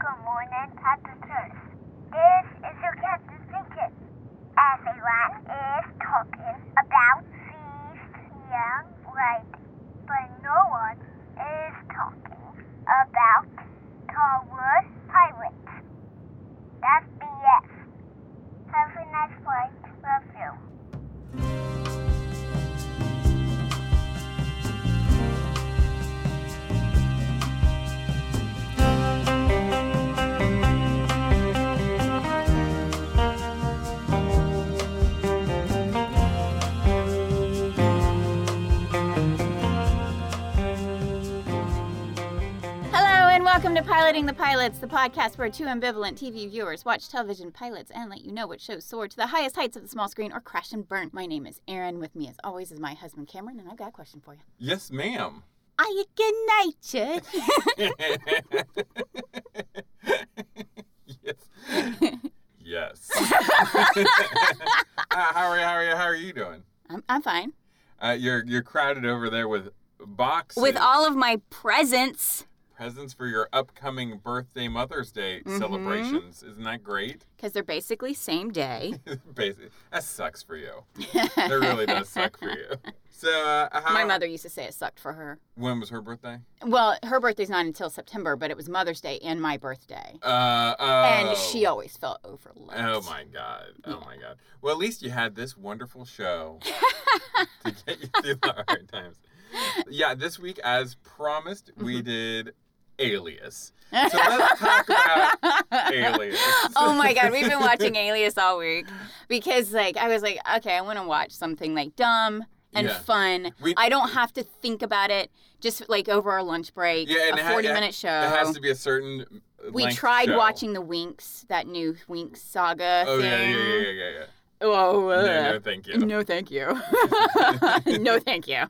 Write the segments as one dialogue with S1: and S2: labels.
S1: Good morning at the church. This is your captain speaking. Everyone is talking about this young lady, but no one is talking about Tallwood Pirates. That's BS. Have a nice flight. Love you.
S2: Hello and welcome to Piloting the Pilots, the podcast where two ambivalent TV viewers watch television pilots and let you know what shows soar to the highest heights of the small screen or crash and burn. My name is Erin. With me, as always, is my husband Cameron, and I've got a question for you.
S3: Yes, ma'am.
S2: Are you good natured?
S3: yes. Yes. Uh, how are you? How are you? How are you doing?
S2: I'm, I'm fine.
S3: Uh, you're you're crowded over there with boxes
S4: with all of my presents.
S3: presents for your upcoming birthday Mother's Day
S2: Mm-hmm.
S3: celebrations. Isn't that great?
S2: Because they're basically same day.
S3: Basically, that sucks for you. That really does suck for you. So, uh, how,
S2: My mother used to say it sucked for her.
S3: When was her birthday?
S2: Well, her birthday's not until September, but it was Mother's Day and my birthday.
S3: Uh, oh.
S2: And she always felt overlooked.
S3: Oh my god. Oh my god. Well, at least you had this wonderful show to get you through the hard times. Yeah, this week as promised, we
S2: Mm-hmm.
S3: did Alias. So let's talk about Alias.
S2: oh my god, we've been watching Alias all week because like I was like, okay, I want to watch something like dumb and
S3: Yeah.
S2: fun.
S3: We-
S2: I don't have to think about it. Just like over our lunch break,
S3: Yeah, and it
S2: a
S3: ha-
S2: forty
S3: it ha-
S2: minute show.
S3: It has to be a certain uh,
S2: we
S3: length
S2: tried
S3: show.
S2: watching the Winks, that new Winks saga
S3: Oh
S2: thing.
S3: yeah, yeah, yeah, yeah, yeah.
S2: Oh,
S3: yeah.
S2: uh,
S3: No, no, thank you.
S2: no, thank you. no, thank you.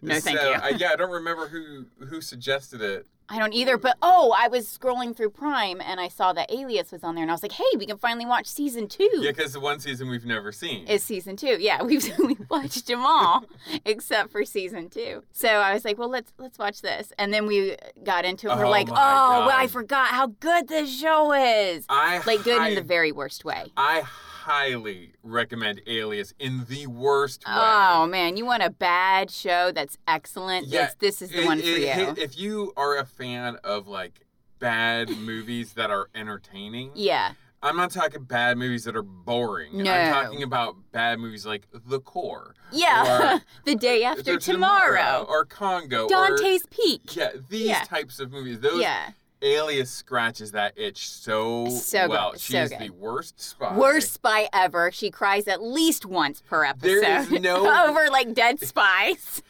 S2: No, thank
S3: so,
S2: you.
S3: I, yeah, I don't remember who who suggested it.
S2: I don't either, but oh, I was scrolling through Prime and I saw that Alias was on there, and I was like, hey, we can finally watch season two.
S3: Yeah, because the one season we've never seen.
S2: is season two. Yeah, we've we watched them all except for season two. So I was like, well, let's let's watch this, and then we got into it. We're
S3: Oh
S2: like,
S3: my
S2: oh, well,
S3: God.
S2: I forgot how good this show is.
S3: I
S2: Like good in the
S3: hide-
S2: very worst way.
S3: I highly recommend Alias in the worst way.
S2: Oh man, you want a bad show that's excellent? It's- this is the
S3: it-
S2: one for
S3: it-
S2: you.
S3: it- If you are a fan of like bad movies that are entertaining,
S2: yeah.
S3: I'm not talking bad movies that are boring.
S2: No.
S3: I'm talking about bad movies like The Core.
S2: Yeah.
S3: Or-
S2: the day after tomorrow.
S3: Or Congo. or-
S2: Dante's Peak.
S3: yeah, these
S2: Yeah.
S3: types of movies. Those
S2: Yeah.
S3: Alias scratches that itch so,
S2: So good,
S3: well.
S2: so
S3: She is
S2: good.
S3: the worst spy.
S2: Worst spy ever. She cries at least once per episode
S3: There is no-
S2: over like dead spies.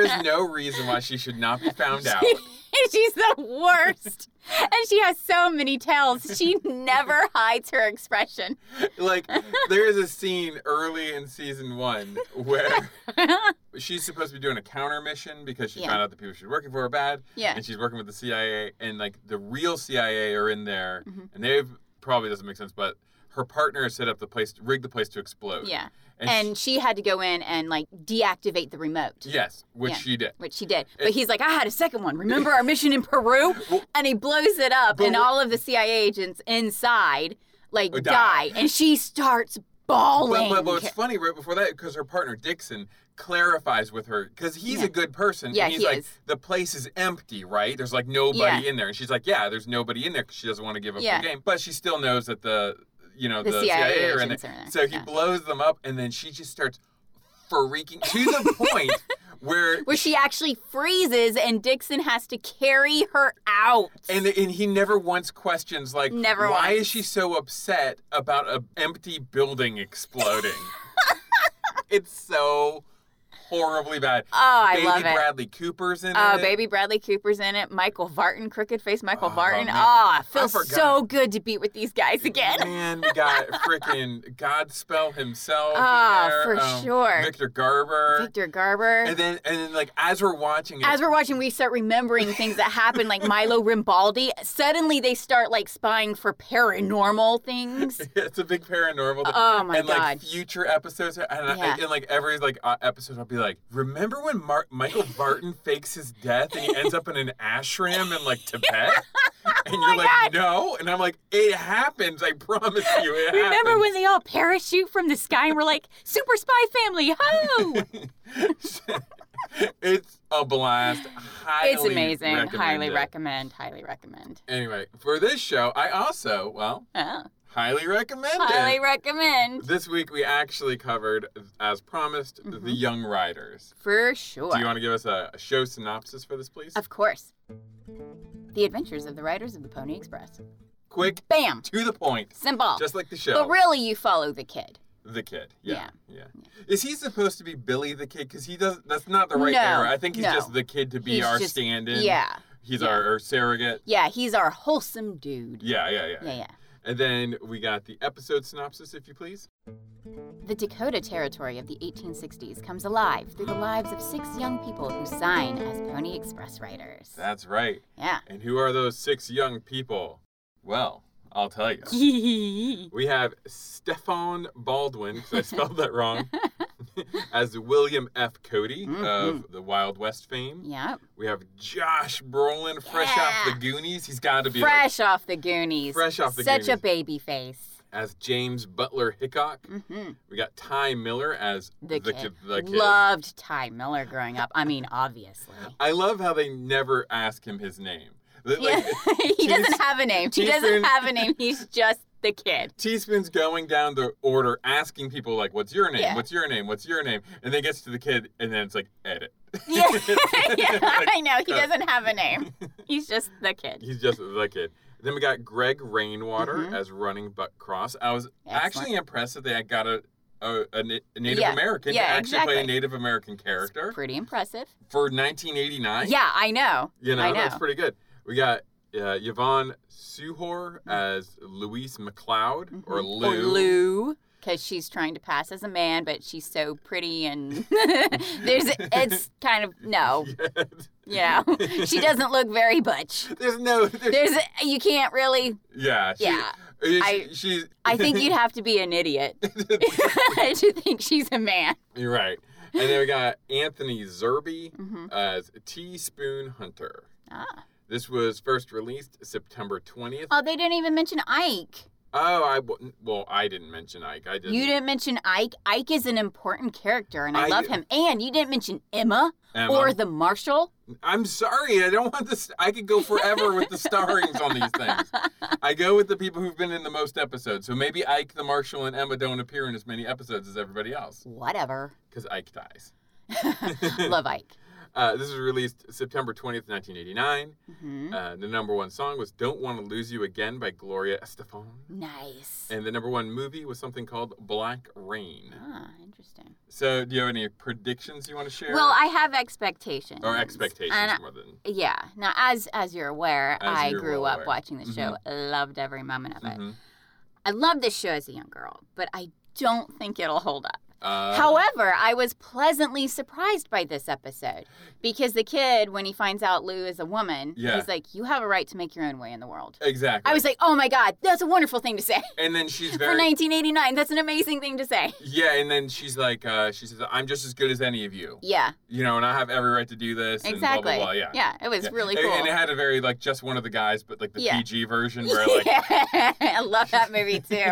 S3: is no reason why she should not be found out.
S2: She's the worst. and she has so many tells. She never hides her expression.
S3: like there is a scene early in season one where she's supposed to be doing a counter mission because she
S2: Yeah.
S3: found out the people she's working for are bad
S2: Yeah.
S3: and she's working with the cia and like the real cia are in there
S2: Mhm.
S3: and they've probably doesn't make sense but her partner has set up the place rigged the place to explode
S2: Yeah.
S3: and,
S2: And she had to go in and like deactivate the remote,
S3: she- yes which
S2: Yeah.
S3: she did
S2: which she did. But he's like, I had a second one. Remember our mission in Peru?
S3: Well-
S2: And he blows it up,
S3: But
S2: and
S3: what-
S2: all of the CIA agents inside like
S3: Die.
S2: die. And she starts bawling.
S3: But, but, but what's funny right before that because her partner Dixon clarifies with her because he's
S2: Yeah.
S3: a good person.
S2: Yeah,
S3: and he's
S2: he
S3: like,
S2: is.
S3: the place is empty, right? There's like nobody in there, and she's like, yeah, there's nobody in there because she doesn't want to give up
S2: Yeah.
S3: the game, but she still knows that the you know
S2: The
S3: the,
S2: CIA
S3: are in
S2: agents
S3: there.
S2: are in there,
S3: So he
S2: yeah.
S3: blows them up, and then she just starts freaking to the point where.
S2: where she actually freezes, and Dixon has to carry her out.
S3: And, and he never once questions like
S2: Never
S3: why
S2: once.
S3: is she so upset about a empty building exploding? it's so horribly bad.
S2: oh, I
S3: Baby
S2: love it.
S3: Bradley Cooper's in
S2: Oh,
S3: it.
S2: baby Bradley Cooper's in it. Michael Vartan, crooked face Michael
S3: Oh,
S2: Vartan.
S3: man.
S2: Oh, it
S3: I
S2: feels
S3: forgot.
S2: so good to be with these guys again.
S3: Man, we got freaking Godspell himself. in
S2: Oh,
S3: there.
S2: for
S3: Um,
S2: sure.
S3: Victor Garber.
S2: Victor Garber.
S3: And then, and then, like as we're watching it,
S2: as we're watching, we start remembering things that happened, like Milo Rimbaldi. Suddenly, they start like spying for paranormal things.
S3: it's a big paranormal. thing.
S2: Oh my
S3: and
S2: god!
S3: like future episodes, and, I-
S2: Yeah.
S3: and like every like uh, episode, I'll be like, "Remember when Mar- Michael Barton fakes his death and he ends up in an ashram in like Tibet?" and
S2: Oh
S3: you're like, no. And I'm like, it happens. I promise you. It
S2: Remember
S3: happens.
S2: when they all parachute from the sky and we're like, super spy family, ho!
S3: it's a blast. Highly
S2: it's amazing. Highly
S3: recommend it.
S2: recommend. Highly recommend.
S3: Anyway, for this show, I also, well,
S2: Oh,
S3: highly recommend
S2: highly
S3: it.
S2: recommend.
S3: this week we actually covered, as promised,
S2: Mm-hmm.
S3: the Young Riders.
S2: For sure.
S3: Do you want to give us a, a show synopsis for this, please?
S2: Of course. The Adventures of the Riders of the Pony Express.
S3: Quick,
S2: Bam!
S3: to the point.
S2: Simple.
S3: Just like the show.
S2: but really, you follow the kid.
S3: The kid. Yeah, yeah. Is he supposed to be Billy the kid? Because he does. That's not the right
S2: No,
S3: era. I think he's
S2: no.
S3: just the kid to be
S2: He's
S3: our
S2: just-
S3: stand-in.
S2: Yeah.
S3: He's
S2: yeah.
S3: our, our surrogate.
S2: Yeah, he's our wholesome dude.
S3: Yeah, yeah, yeah,
S2: Yeah, yeah.
S3: And then we got the episode synopsis, if you please.
S2: The Dakota Territory of the 1860s comes alive through the lives of six young people who sign as Pony Express riders.
S3: That's right.
S2: yeah.
S3: And who are those six young people? Well, I'll tell you.
S2: yeah.
S3: We have Stefan Baldwin, 'cause I spelled that wrong, as William F. Cody
S2: Mm-hmm.
S3: of the Wild West fame. We have Josh Brolin, fresh off
S2: Yeah.
S3: the Goonies. He's got to be like,
S2: Fresh off the Goonies.
S3: Fresh off the
S2: Such a
S3: Goonies.
S2: baby face.
S3: as James Butler Hickok.
S2: hmm
S3: We got Ty Miller as
S2: The, kid.
S3: ki- the kid.
S2: Loved Ty Miller growing up. I mean, obviously.
S3: I love how they never ask him his name. That,
S2: Yeah.
S3: Like,
S2: he
S3: Teas-
S2: doesn't have a name. He
S3: Teaspoon.
S2: doesn't have a name. He's just the kid.
S3: Teaspoon's going down the order, asking people like, "What's your name?
S2: Yeah.
S3: What's your name? What's your name?" And then gets to the kid, and then it's like, "Edit."
S2: Yeah, yeah
S3: Like,
S2: I know. He
S3: uh,
S2: doesn't have a name. He's just the kid.
S3: He's just the kid. Then we got Greg Rainwater
S2: Mhm.
S3: as running Buck Cross. I was
S2: Excellent.
S3: actually impressed that they got a a, a Na- a Native
S2: Yeah.
S3: American
S2: Yeah,
S3: to actually play a
S2: exactly.
S3: Native American character
S2: Pretty impressive.
S3: for 1989.
S2: Yeah, I know.
S3: You know,
S2: I know.
S3: that's pretty good. We got uh, Yvonne Suhor as Louise McLeod or Lou.
S2: Mm-hmm. Or Lou, because she's trying to pass as a man, but she's so pretty and there's it's kind of no, you know, she doesn't look very butch.
S3: There's no. There's,
S2: There's you can't really.
S3: yeah. She,
S2: Yeah.
S3: She,
S2: I-
S3: she's.
S2: I think you'd have to be an idiot to think she's a man.
S3: You're right. And then we got Anthony Zerbe
S2: hmm
S3: as Teaspoon Hunter.
S2: Ah.
S3: This was first released September 20th.
S2: Oh, they didn't even mention Ike.
S3: oh, I w- well, I didn't mention Ike. I didn't.
S2: You didn't mention Ike. Ike is an important character, and I,
S3: I-
S2: love him. And you didn't mention Emma,
S3: Emma.
S2: or the Marshal.
S3: I'm sorry. I don't want this. I could go forever with the starrings on these things. I go with the people who've been in the most episodes. So maybe Ike, the Marshal, and Emma don't appear in as many episodes as everybody else
S2: Whatever.
S3: because Ike dies.
S2: love Ike.
S3: Uh, this was released September 20th, 1989.
S2: hmm
S3: Uh, the number one song was Don't Want to Lose You Again by Gloria Estefan.
S2: Nice.
S3: And the number one movie was something called Black Rain.
S2: Ah, interesting.
S3: So, do you have any predictions you want to share?
S2: Well, I have expectations.
S3: or expectations
S2: And I-
S3: more than.
S2: yeah. Now, as as you're aware,
S3: As
S2: I
S3: you're
S2: grew
S3: well
S2: up
S3: aware. Mm-hmm.
S2: watching the show. Loved every moment of it.
S3: Mhm.
S2: I loved this show as a young girl, but I don't think it'll hold up.
S3: Uh,
S2: However, I was pleasantly surprised by this episode because the kid, when he finds out Lou is a woman,
S3: Yeah.
S2: he's like, "You have a right to make your own way in the world."
S3: Exactly.
S2: I was like, "Oh my God, that's a wonderful thing to say
S3: and then she's
S2: for
S3: very
S2: 1989. That's an amazing thing to say."
S3: Yeah, and then she's like, uh, she says, "I'm just as good as any of you,"
S2: Yeah,
S3: you know, and I have every right to do this.
S2: exactly.
S3: And blah, blah, blah. Yeah.
S2: it was
S3: Yeah.
S2: really
S3: And-
S2: cool.
S3: And it had a very like just one of the guys, but like the
S2: Yeah.
S3: PG version where like
S2: I love that movie too.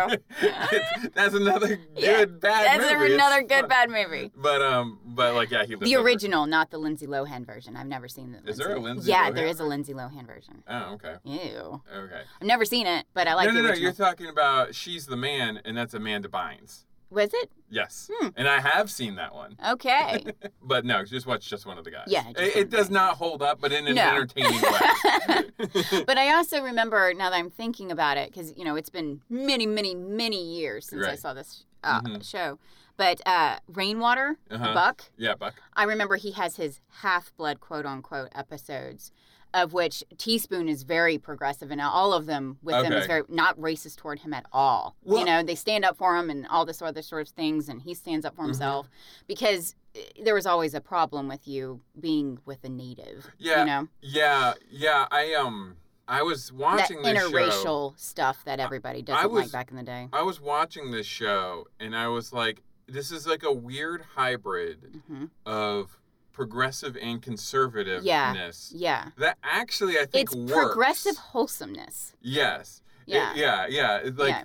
S3: that's another good
S2: Yeah.
S3: bad
S2: That's
S3: movie. It's
S2: another good
S3: fun.
S2: bad movie.
S3: But um, but like yeah, he lives
S2: The
S3: over-
S2: original, not the Lindsay Lohan version. I've never seen the.
S3: Is there a Lindsay
S2: Yeah,
S3: Lohan
S2: there is a Lindsay Lohan version.
S3: Oh, okay,
S2: Ew,
S3: okay.
S2: I've never seen it, but I like
S3: no, no,
S2: the
S3: no.
S2: original.
S3: You're talking about she's the man, and that's Amanda Bynes.
S2: Was it
S3: Yes,
S2: Hmm.
S3: and I have seen that one,
S2: okay?
S3: but no, just watch just one of the guys.
S2: Yeah, just
S3: it,
S2: one
S3: it
S2: of the
S3: does
S2: guys.
S3: not hold up, but in an
S2: No.
S3: entertaining way.
S2: but I also remember now that I'm thinking about it because you know it's been many, many, many years since I
S3: Right.
S2: saw this uh,
S3: Mhm.
S2: show. But uh, Rainwater
S3: Uh-huh.
S2: Buck,
S3: yeah, Buck.
S2: I remember he has his half blood quote unquote episodes. Of which Teaspoon is very progressive, and all of them with him is
S3: Okay.
S2: very not racist toward him at all.
S3: Well-
S2: you know, they stand up for him and all this other sort of things, and he stands up for
S3: Mm-hmm.
S2: himself because eh, there was always a problem with you being with a native.
S3: Yeah,
S2: you know
S3: Yeah, yeah. I um, I was
S2: that
S3: watching this show.
S2: interracial stuff that everybody doesn't
S3: was-
S2: like back in the day.
S3: I was watching this show, and I was like, this is like a weird hybrid
S2: hmm
S3: of progressive and conservativeness.
S5: Yeah.
S3: That actually I think
S2: It's
S3: works.
S2: progressive wholesomeness.
S3: Yes. It-
S2: Yeah.
S3: yeah. Yeah. It's like
S2: Yeah.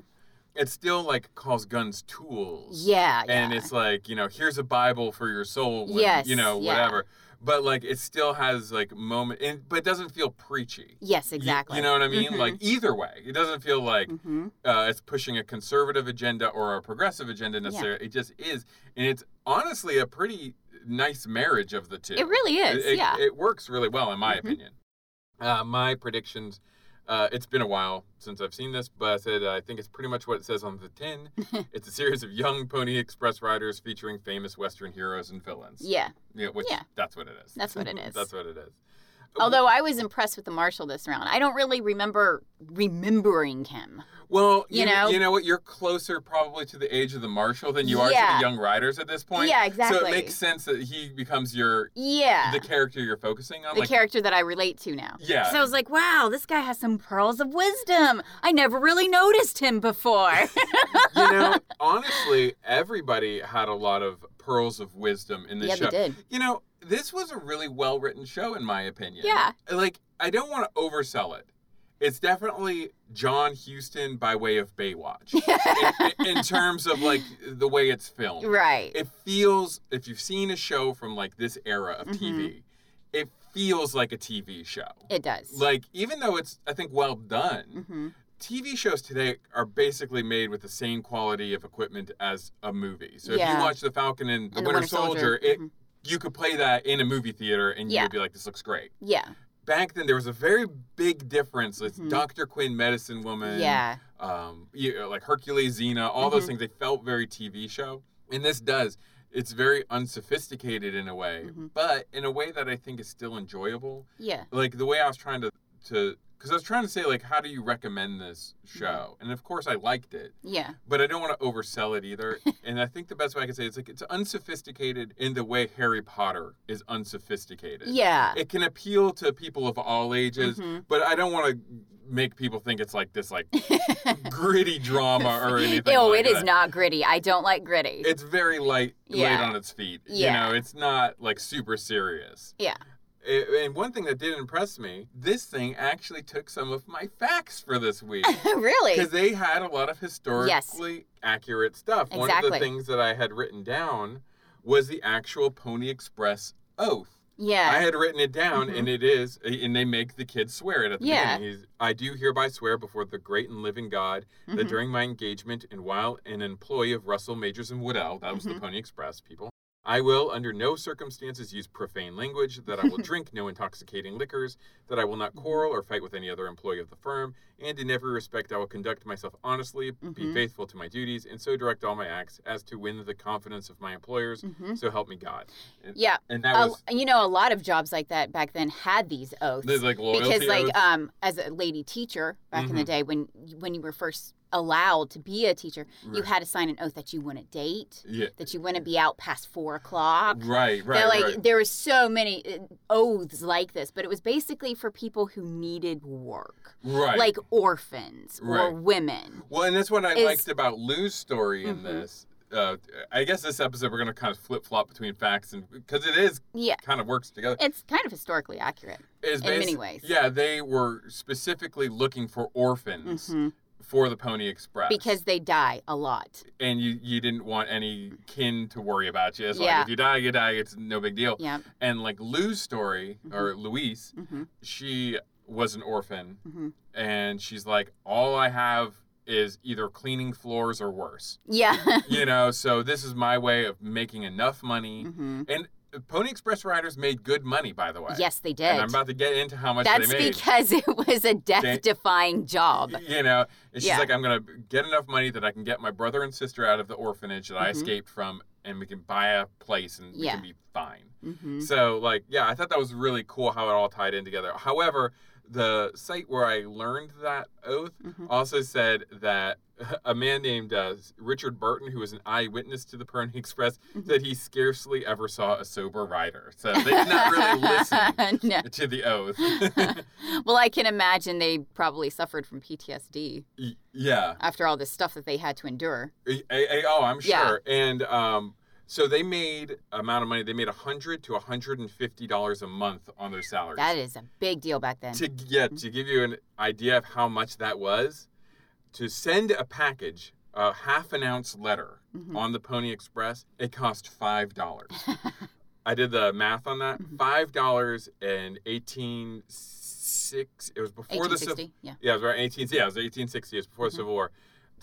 S3: it still like calls guns tools.
S2: Yeah. Yeah.
S3: And it's like you know here's a Bible for your soul. when-
S2: Yes,
S3: You know
S2: yeah.
S3: whatever. But like it still has like moment, and, but it doesn't feel preachy.
S2: yes,
S3: You-
S2: exactly.
S3: You, know what I mean?
S2: Mhm.
S3: Like either way, it doesn't feel like
S2: hmm
S3: uh, it's pushing a conservative agenda or a progressive agenda necessarily. It just is, and it's honestly a pretty nice marriage of the two.
S2: It really is.
S3: It, it-
S2: yeah.
S3: it works really well in my
S2: Mhm.
S3: opinion. Uh, my predictions. Uh, it's been a while since I've seen this, but I said I think it's pretty much what it says on the tin. it's a series of young Pony Express riders featuring famous Western heroes and villains.
S2: yeah.
S3: Yeah, which
S2: Yeah.
S3: that's what it is.
S2: That's what it is.
S3: that's what it is.
S2: Although I was impressed with the marshal this round. I don't really remember remembering him.
S3: Well,
S2: You
S3: you,
S2: know?
S3: know, you know what? You're closer probably to the age of the marshal than you are to
S2: Yeah.
S3: the young riders at this point.
S2: Yeah,
S3: So
S2: exactly.
S3: it makes sense that he becomes your
S2: Yeah.
S3: the character you're focusing on.
S2: the
S3: like,
S2: character that I relate to now.
S3: Yeah.
S2: So I was like, wow, this guy has some pearls of wisdom. I never really noticed him before.
S3: you know, honestly, everybody had a lot of pearls of wisdom in this
S2: yeah,
S3: show.
S2: they did.
S3: You know, this was a really well written show in my opinion.
S2: Yeah.
S3: Like, I don't want to oversell it. It's definitely John Huston by way of Baywatch in, in terms of like the way it's filmed.
S2: Right.
S3: it feels if you've seen a show from like this era of
S2: Mm-hmm.
S3: TV, it feels like a TV show.
S2: It does.
S3: Like even though it's I think well done,
S2: hmm
S3: TV shows today are basically made with the same quality of equipment as a movie. So if
S2: Yeah.
S3: you watch The Falcon and The, Winter, Soldier, Mm-hmm. it
S2: mhm.
S3: you could play that in a movie theater and
S2: Yeah.
S3: you'd be like this looks great.
S2: Yeah.
S3: Back then there was a very big difference. It's
S2: Mhm.
S3: Dr. Quinn Medicine Woman
S2: Yeah.
S3: um, you know, like Hercules, Xena, all those things. They felt very TV show, and this does. It's very unsophisticated in a way,
S2: Mhm.
S3: but in a way that I think is still enjoyable.
S2: Yeah.
S3: Like the way I was trying to to because I was trying to say like, how do you recommend this
S2: Mm-hmm.
S3: show? And of course, I liked it,
S2: Yeah.
S3: but I don't want to oversell it either. and I think the best way I can say it's like it's unsophisticated in the way Harry Potter is unsophisticated.
S2: Yeah.
S3: It can appeal to people of all ages,
S2: Mhm.
S3: but I don't want to make people think it's like this like gritty drama or anything.
S2: Oh,
S3: like
S2: it is
S3: that.
S2: not gritty. I don't like gritty.
S3: It's very light,
S2: Yeah.
S3: laid on its feet.
S2: Yeah.
S3: You know, it's not like super serious.
S2: Yeah.
S3: A- and one thing that did impress me, this thing actually took some of my facts for this week.
S2: really?
S3: Because they had a lot of historically accurate stuff. One of
S2: Exactly.
S3: the things that I had written down was the actual Pony Express oath. I
S2: Yeah.
S3: had written it down,
S2: Mhm.
S3: and it is, and they make the kids swear it at the
S2: Yeah.
S3: beginning. He's, I do hereby swear before the great and living God that
S2: Mhm.
S3: during my engagement and while an employee of Russell Majors and Woodell, that
S2: Mm-hmm.
S3: was the Pony Express people, I will under no circumstances use profane language, that I will drink no intoxicating liquors, that I will not
S2: Mm-hmm.
S3: quarrel or fight with any other employee of the firm, and in every respect I will conduct myself honestly, be
S2: Mhm.
S3: faithful to my duties, and so direct all my acts as to win the confidence of my employers.
S2: Mhm.
S3: So help me God. And,
S2: Yeah.
S3: and that
S2: A-
S3: was.
S2: you know, a lot of jobs like that back then had these oaths.
S3: There's like loyalty
S2: because like
S3: oaths.
S2: um as a lady teacher back in the
S3: Mhm.
S2: day when when you were first allowed to be a teacher you
S3: Right.
S2: had to sign an oath that you wouldn't date
S3: yeah,
S2: that you wouldn't be out past four o'clock
S3: right,
S2: They're
S3: right,
S2: like
S3: right.
S2: there were so many uh, oaths like this but it was basically for people who needed work
S3: right.
S2: like orphans or
S3: Right.
S2: women
S3: well, and that's what I
S2: is-
S3: liked about Lou's story in
S2: Mhm.
S3: this. Uh, I guess this episode we're gonna kind of flip flop between facts and because it is
S2: yeah
S3: kind of works together.
S2: it's kind of historically accurate
S3: Is
S2: in many
S3: basi-
S2: ways.
S3: Yeah, they were specifically looking for orphans
S2: Mhm.
S3: for the Pony Express
S2: because they die a lot
S3: and you you didn't want any kin to worry about you. It's
S2: Yeah.
S3: like if you die, you die. It's no big deal.
S2: yeah Mm-hmm.
S3: And like Lou's story or Louise,
S2: hmm
S3: she was an orphan
S2: hmm
S3: and she's like, all I have is either cleaning floors or worse.
S2: yeah
S3: you know, so this is my way of making enough money.
S2: hmm
S3: And Pony Express riders made good money, by the way.
S2: yes they did
S3: And I'm about to get into how much
S2: That's
S3: they made.
S2: because it was a death defying job.
S3: you know, and she's
S2: Yeah.
S3: like, I'm gonna get enough money that I can get my brother and sister out of the orphanage that I
S2: Mhm.
S3: escaped from, and we can buy a place and we
S2: Yeah.
S3: can be fine.
S2: hmm
S3: So, like, yeah, I thought that was really cool how it all tied in together. However, the site where I learned that oath
S2: Mhm.
S3: also said that a man named uh, Richard Burton, who was an eyewitness to the Pony Express, said he scarcely ever saw a sober rider. So they did not really listen
S2: No.
S3: to the oath.
S2: Well, I can imagine they probably suffered from PTSD
S3: Y- yeah.
S2: after all this stuff that they had to endure.
S3: I- I- oh, I'm
S2: Yeah.
S3: sure. And um, So they made amount of money. They made a hundred to hundred and fifty dollars a month on their salaries.
S2: That is a big deal back then.
S3: to yeah to give you an idea of how much that was, to send a package, a half an ounce letter
S2: Mm-hmm. Hmm.
S3: on the Pony Express, it cost five dollars. I did the math on that.
S2: Mm-hmm.
S3: Five dollars and eighteen six. It was before the Civil.
S2: 1860. Yeah.
S3: Yeah, it was around 18. Yeah, it was 1860. It was
S2: Mm-hmm.
S3: before the Civil War.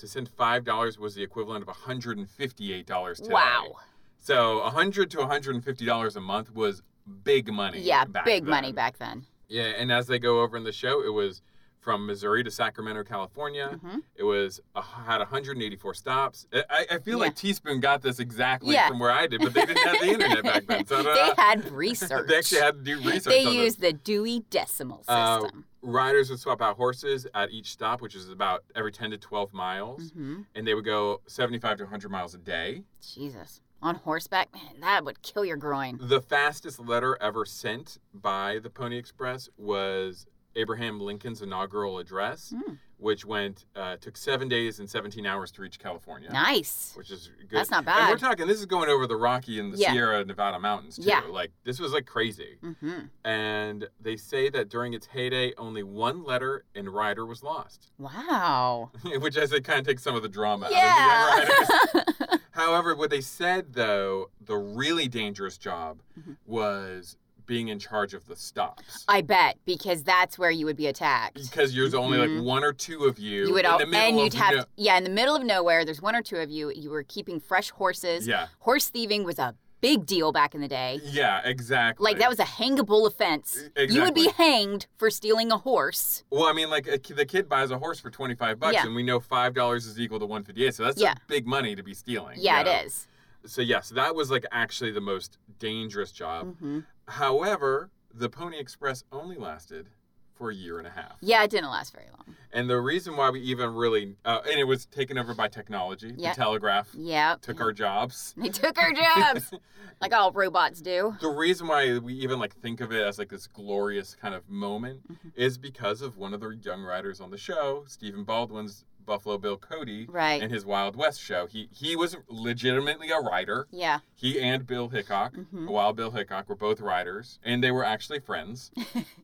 S3: To send five dollars was the equivalent of 158 dollars today.
S2: Wow.
S3: So 100 to 150 dollars a month was big money.
S2: Yeah,
S3: back
S2: big
S3: then.
S2: money back then.
S3: Yeah, and as they go over in the show, it was from Missouri to Sacramento, California.
S2: Mhm.
S3: It was uh, had 184 stops. I- I, I feel like Teaspoon got this exactly
S2: Yeah.
S3: from where I did, but they didn't have the internet back then. So I don't
S2: they
S3: know.
S2: had research.
S3: they actually had to do research.
S2: They
S3: on this.
S2: used the Dewey Decimal
S3: Uh,
S2: System.
S3: riders would swap out horses at each stop, which is about every 10 to 12 miles,
S2: hmm
S3: and they would go 75 to 100 miles a day.
S2: Jesus. On horseback, man, that would kill your groin.
S3: The fastest letter ever sent by the Pony Express was Abraham Lincoln's inaugural address,
S2: Mm.
S3: which went uh, took seven days and 17 hours to reach California.
S2: Nice.
S3: Which is good.
S2: That's not
S3: And we're
S2: bad.
S3: talking, this is going over the Rocky and the
S2: Yeah.
S3: Sierra Nevada mountains, too.
S2: Yeah.
S3: Like, this was like crazy.
S2: hmm
S3: And they say that during its heyday, only one letter and rider was lost.
S2: Wow.
S3: which I said kind of takes some of the drama out of the young writers.
S2: Yeah.
S3: However, what they said though, the really dangerous job
S2: Mhm.
S3: was being in charge of the stops.
S2: I bet because that's where you would be attacked.
S3: because there's only
S2: Mhm.
S3: like one or two of you,
S2: You would
S3: in
S2: all,
S3: the middle
S2: and you'd
S3: of
S2: have
S3: no-
S2: yeah in the middle of nowhere. There's one or two of you. You were keeping fresh horses.
S3: yeah,
S2: Horse thieving was a big deal back in the day.
S3: yeah, exactly.
S2: Like that was a hangable offense. You would be
S3: Exactly.
S2: hanged for stealing a horse.
S3: Well, I mean, like a, ki- the kid buys a horse for twenty five bucks,
S2: Yeah.
S3: and we know five dollars is equal to one fifty eight. So that's
S2: Yeah.
S3: big money to be stealing.
S2: Yeah,
S3: you know?
S2: it is.
S3: So yeah, so that was like actually the most dangerous job.
S2: Mhm.
S3: However, the Pony Express only lasted for a year and a half.
S2: Yeah, it didn't last very long.
S3: And the reason why we even really, uh, and it was taken over by technology.
S2: Yeah.
S3: The telegraph
S2: Yeah. Mm-hmm.
S3: took our jobs.
S2: They took our jobs, like all robots do.
S3: The reason why we even like think of it as like this glorious kind of moment
S2: Mhm.
S3: is because of one of the young writers on the show, Stephen Baldwin's Buffalo Bill Cody,
S2: Right.
S3: and his Wild West show. He he was legitimately a writer.
S2: yeah.
S3: He and Bill Hickok,
S2: Mhm.
S3: Wild Bill Hickok, were both writers, and they were actually friends.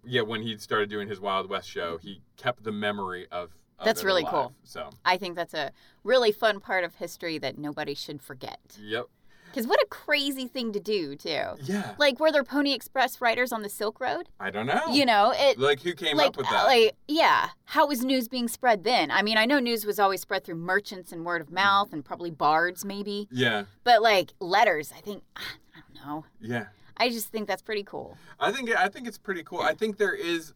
S3: yeah, when he started doing his Wild West show, he kept the memory of. of
S2: That's
S3: it
S2: really
S3: alive.
S2: cool.
S3: So,
S2: I think that's a really fun part of history that nobody should forget.
S3: yep.
S2: Because what a crazy thing to do, too.
S3: Yeah.
S2: Like, were there Pony Express riders on the Silk Road?
S3: I don't know.
S2: You know, it.
S3: like who came
S2: like, uh,
S3: up with that?
S2: like, yeah. How was news being spread then? I mean, I know news was always spread through merchants and word of mouth and probably bards, maybe.
S3: yeah,
S2: But like letters, I think. I don't know.
S3: yeah.
S2: I just think that's pretty cool.
S3: I think I think it's pretty cool. I think there is.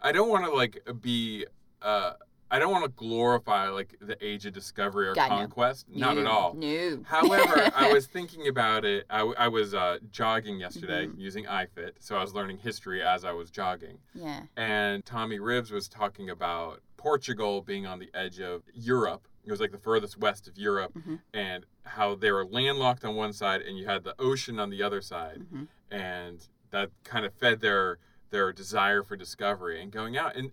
S3: I don't want to like be. Uh, I don't want to glorify like the age of discovery or
S2: God, no.
S3: conquest. Not at
S2: No,
S3: all.
S2: No.
S3: However, I was thinking about it. I, w- I was uh, jogging yesterday
S2: Mm-hmm.
S3: using iFit, so I was learning history as I was jogging.
S2: Yeah.
S3: And Tommy Ribs was talking about Portugal being on the edge of Europe. It was like the furthest west of Europe,
S2: Mhm.
S3: and how they were landlocked on one side, and you had the ocean on the other side,
S2: Mhm.
S3: and that kind of fed their their desire for discovery and going out and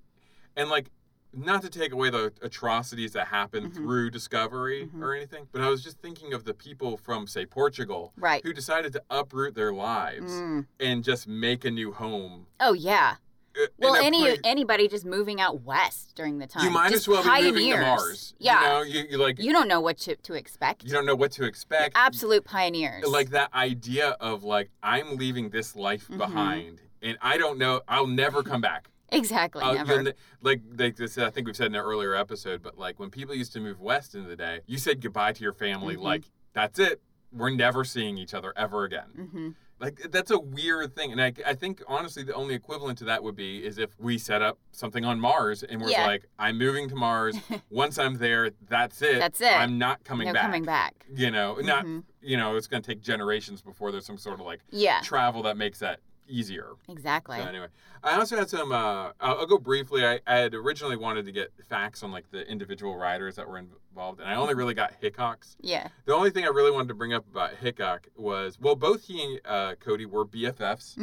S3: and like not to take away the atrocities that happened
S2: Mhm.
S3: through discovery
S2: Mhm.
S3: or anything, but I was just thinking of the people from say Portugal
S2: Right.
S3: who decided to uproot their lives
S2: Mm.
S3: and just make a new home.
S2: Oh yeah.
S3: uh,
S2: Well,
S3: in a
S2: any
S3: pretty-
S2: anybody just moving out west during the time.
S3: you might
S2: just
S3: as well be
S2: pioneers.
S3: moving to Mars.
S2: Yeah.
S3: You know, you, you like
S2: You don't know what to, to expect.
S3: you don't know what to expect.
S2: Absolute pioneers.
S3: Like that idea of like I'm leaving this life
S2: Mhm.
S3: behind and I don't know I'll never come back.
S2: exactly.
S3: Uh,
S2: never.
S3: you'll ne- like like this, I think we've said in an earlier episode, but like when people used to move west into the day, you said goodbye to your family.
S2: Mhm.
S3: Like that's it. We're never seeing each other ever again.
S2: hmm
S3: Like eh, that's a weird thing, and I, I think honestly the only equivalent to that would be is if we set up something on Mars and we're
S2: Yeah.
S3: like, I'm moving to Mars. Once I'm there, that's it.
S2: That's it.
S3: I'm not coming
S2: no
S3: back.
S2: coming back.
S3: You know, not
S2: Mhm.
S3: you know, it's gonna take generations before there's some sort of like
S2: Yeah.
S3: travel that makes that easier.
S2: Exactly.
S3: So anyway, I also had some. Uh, I'll, I'll go briefly. I, I had originally wanted to get facts on like the individual riders that were involved, and I only really got Hickok's.
S2: Yeah.
S3: The only thing I really wanted to bring up about Hickok was well, both he and uh, Cody were BFFs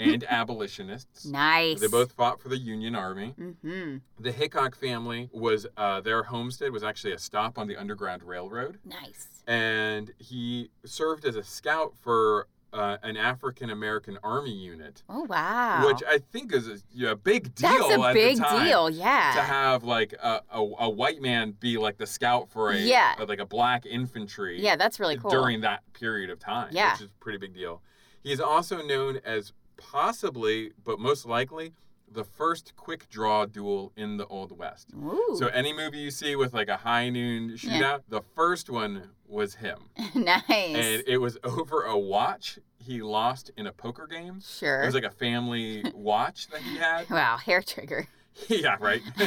S3: and abolitionists.
S2: Nice.
S3: They both fought for the Union Army.
S2: Mm-hmm.
S3: The Hickok family was uh, their homestead was actually a stop on the Underground Railroad,
S2: Nice.
S3: and he served as a scout for uh, an African American Army unit.
S2: Oh wow.
S3: Which I think is a, yeah, big deal.
S2: That's a
S3: at the
S2: big
S3: time
S2: deal. Yeah.
S3: to have like a, a, a white man be like the scout for a
S2: Yeah.
S3: uh, like a black infantry
S2: yeah, that's really cool.
S3: during that period of time
S2: Yeah.
S3: which is a pretty big deal he's also known as possibly but most likely the first quick draw duel in the old west
S2: Ooh.
S3: so any movie you see with like a high noon shootout the first one was him
S2: nice.
S3: and it was over a watch he lost in a poker game it
S2: sure.
S3: was like a family watch that he had
S2: wow. Hair trigger.
S3: yeah right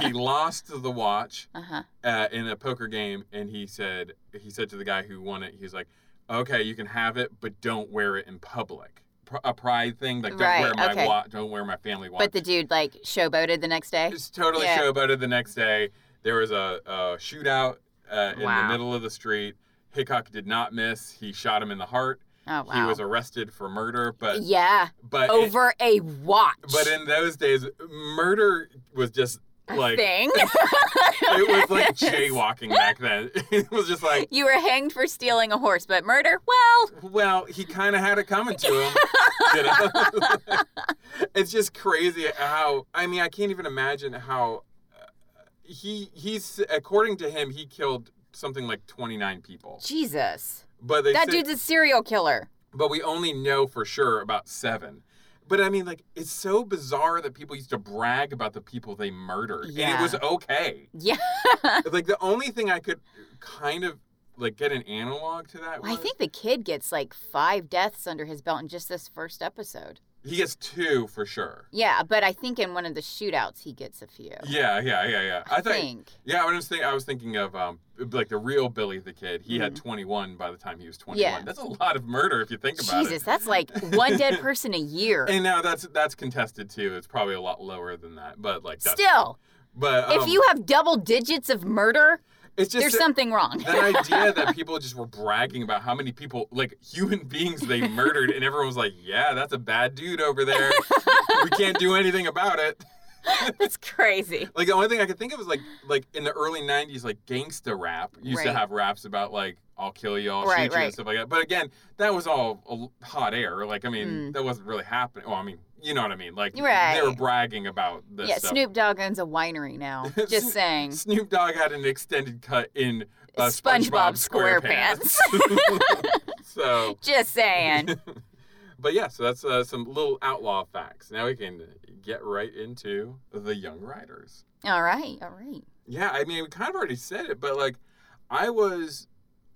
S3: he, he lost the watch
S2: Uh huh.
S3: uh, in a poker game, and he said he said to the guy who won it, he's like, "Okay, you can have it, but don't wear it in public. Pr- a pride thing, like don't wear
S2: Right,
S3: my
S2: okay.
S3: watch, don't wear my family watch."
S2: But the dude like showboated the next day.
S3: it's totally
S2: yeah.
S3: showboated. The next day, there was a, a shootout uh, in
S2: Wow.
S3: the middle of the street. Hickok did not miss. He shot him in the heart.
S2: Oh wow.
S3: He was arrested for murder, but
S2: yeah.
S3: but it-
S2: Over a watch.
S3: but in those days, murder was just like it
S2: thing.
S3: was like jaywalking back then. it was just like
S2: You were hanged for stealing a horse, but murder? Well,
S3: Well, he kind of had it coming to him. you know? it's just crazy how I mean, I can't even imagine how uh, he he's according to him he killed something like 29 people.
S2: Jesus.
S3: But they
S2: That
S3: say-
S2: dude's a serial killer.
S3: but we only know for sure about 7. But I mean, like, it's so bizarre that people used to brag about the people they murdered. And
S2: Yeah.
S3: it was okay.
S2: Yeah.
S3: like, the only thing I could kind of, like, get an analog to that
S2: I
S3: was
S2: think the kid gets like five deaths under his belt in just this first episode.
S3: he gets two for sure.
S2: Yeah, but I think in one of the shootouts he gets a few.
S3: Yeah, yeah, yeah, yeah. I,
S2: I
S3: thought.
S2: think.
S3: Yeah, I was thinking. I was thinking of um, like the real Billy the Kid. He had 21 by the time he was 21.
S2: Mm-hmm. Yeah.
S3: That's a lot of murder if you think about
S2: Jesus,
S3: it.
S2: that's like one dead person a year.
S3: And now that's that's contested too. It's probably a lot lower than that. But like that's,
S2: Still,
S3: but
S2: if
S3: um,
S2: you have double digits of murder,
S3: it's just
S2: there's
S3: that-
S2: something wrong.
S3: that idea that people just were bragging about how many people, like human beings, they murdered, and everyone was like, "Yeah, that's a bad dude over there. we can't do anything about it."
S2: that's crazy.
S3: Like the only thing I could think of was like like in the early '90s, like gangsta rap used to
S2: Right.
S3: have raps about like "I'll kill you, I'll
S2: Right,
S3: shoot you"
S2: right.
S3: and stuff like that. But again, that was all a l- hot air. Like I mean,
S2: Mm.
S3: that wasn't really happening. Well, I mean, you know what I mean. Like they
S2: Right.
S3: were bragging about this.
S2: Yeah,
S3: stuff.
S2: Snoop Dogg owns a winery now. Just
S3: Snoop-
S2: saying.
S3: Snoop Dogg had an extended cut in uh,
S2: SpongeBob
S3: SpongeBob, SquarePants. so,
S2: Just saying.
S3: but yeah, so that's uh, some little outlaw facts. Now we can get right into the Young Riders.
S2: all right, all right.
S3: Yeah, I mean, we kind of already said it, but like, I was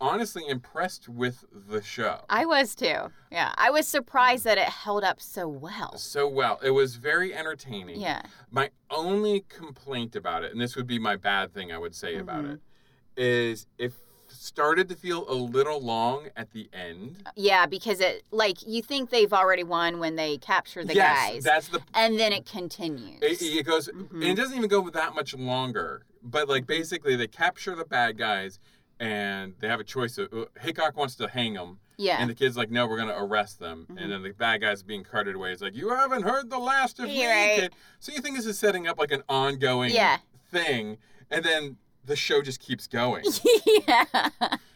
S3: honestly impressed with the show
S2: I was too. Yeah, I was surprised that it held up so well.
S3: so well. It was very entertaining.
S2: Yeah.
S3: My only complaint about it, and this would be my bad thing I would say about
S2: Mhm.
S3: it, is it started to feel a little long at the end.
S2: Yeah, because it like you think they've already won when they capture the
S3: yes,
S2: guys,
S3: that's the.
S2: and then it continues.
S3: It, it goes, and
S2: Mhm.
S3: it doesn't even go that much longer. But
S2: Mm-hmm.
S3: like, basically, they capture the bad guys, and they have a choice. Of, uh, Hickok wants to hang them.
S2: yeah,
S3: And the kid's like, no, we're going to arrest them.
S2: Mhm.
S3: And then the bad guy's being carted away. He's like, you haven't heard the last of me,
S2: You're right.
S3: kid. So you think this is setting up like an ongoing
S2: Yeah.
S3: thing. And then the show just keeps going.
S2: yeah,